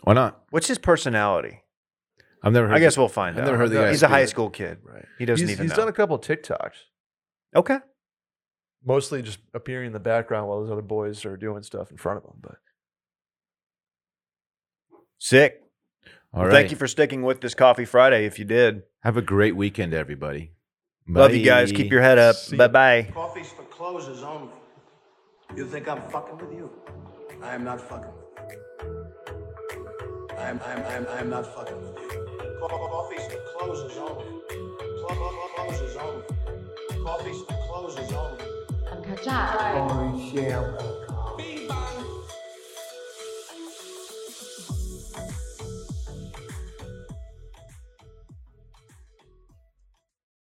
Why not?
What's his personality?
I've never heard.
I guess we'll find
I've
out.
never heard the guy
He's a high
speak.
school kid.
Right.
He doesn't
he's,
even
He's
know.
done a couple TikToks,
Okay.
mostly just appearing in the background while those other boys are doing stuff in front of him. But
Sick.
All
Well,
right.
Thank you for sticking with this Coffee Friday. If you did,
Have a great weekend, everybody.
love you guys. Keep your head up.
See ya.
Bye bye.
Coffee's for closers only. You think I'm fucking with you? I am not fucking with you. I'm I'm I'm I'm not fucking with you. Co- co- Coffee's for closers only. Clo- clo- Closers only. Coffee's for closers only.
Uncut Jack.
Holy shit.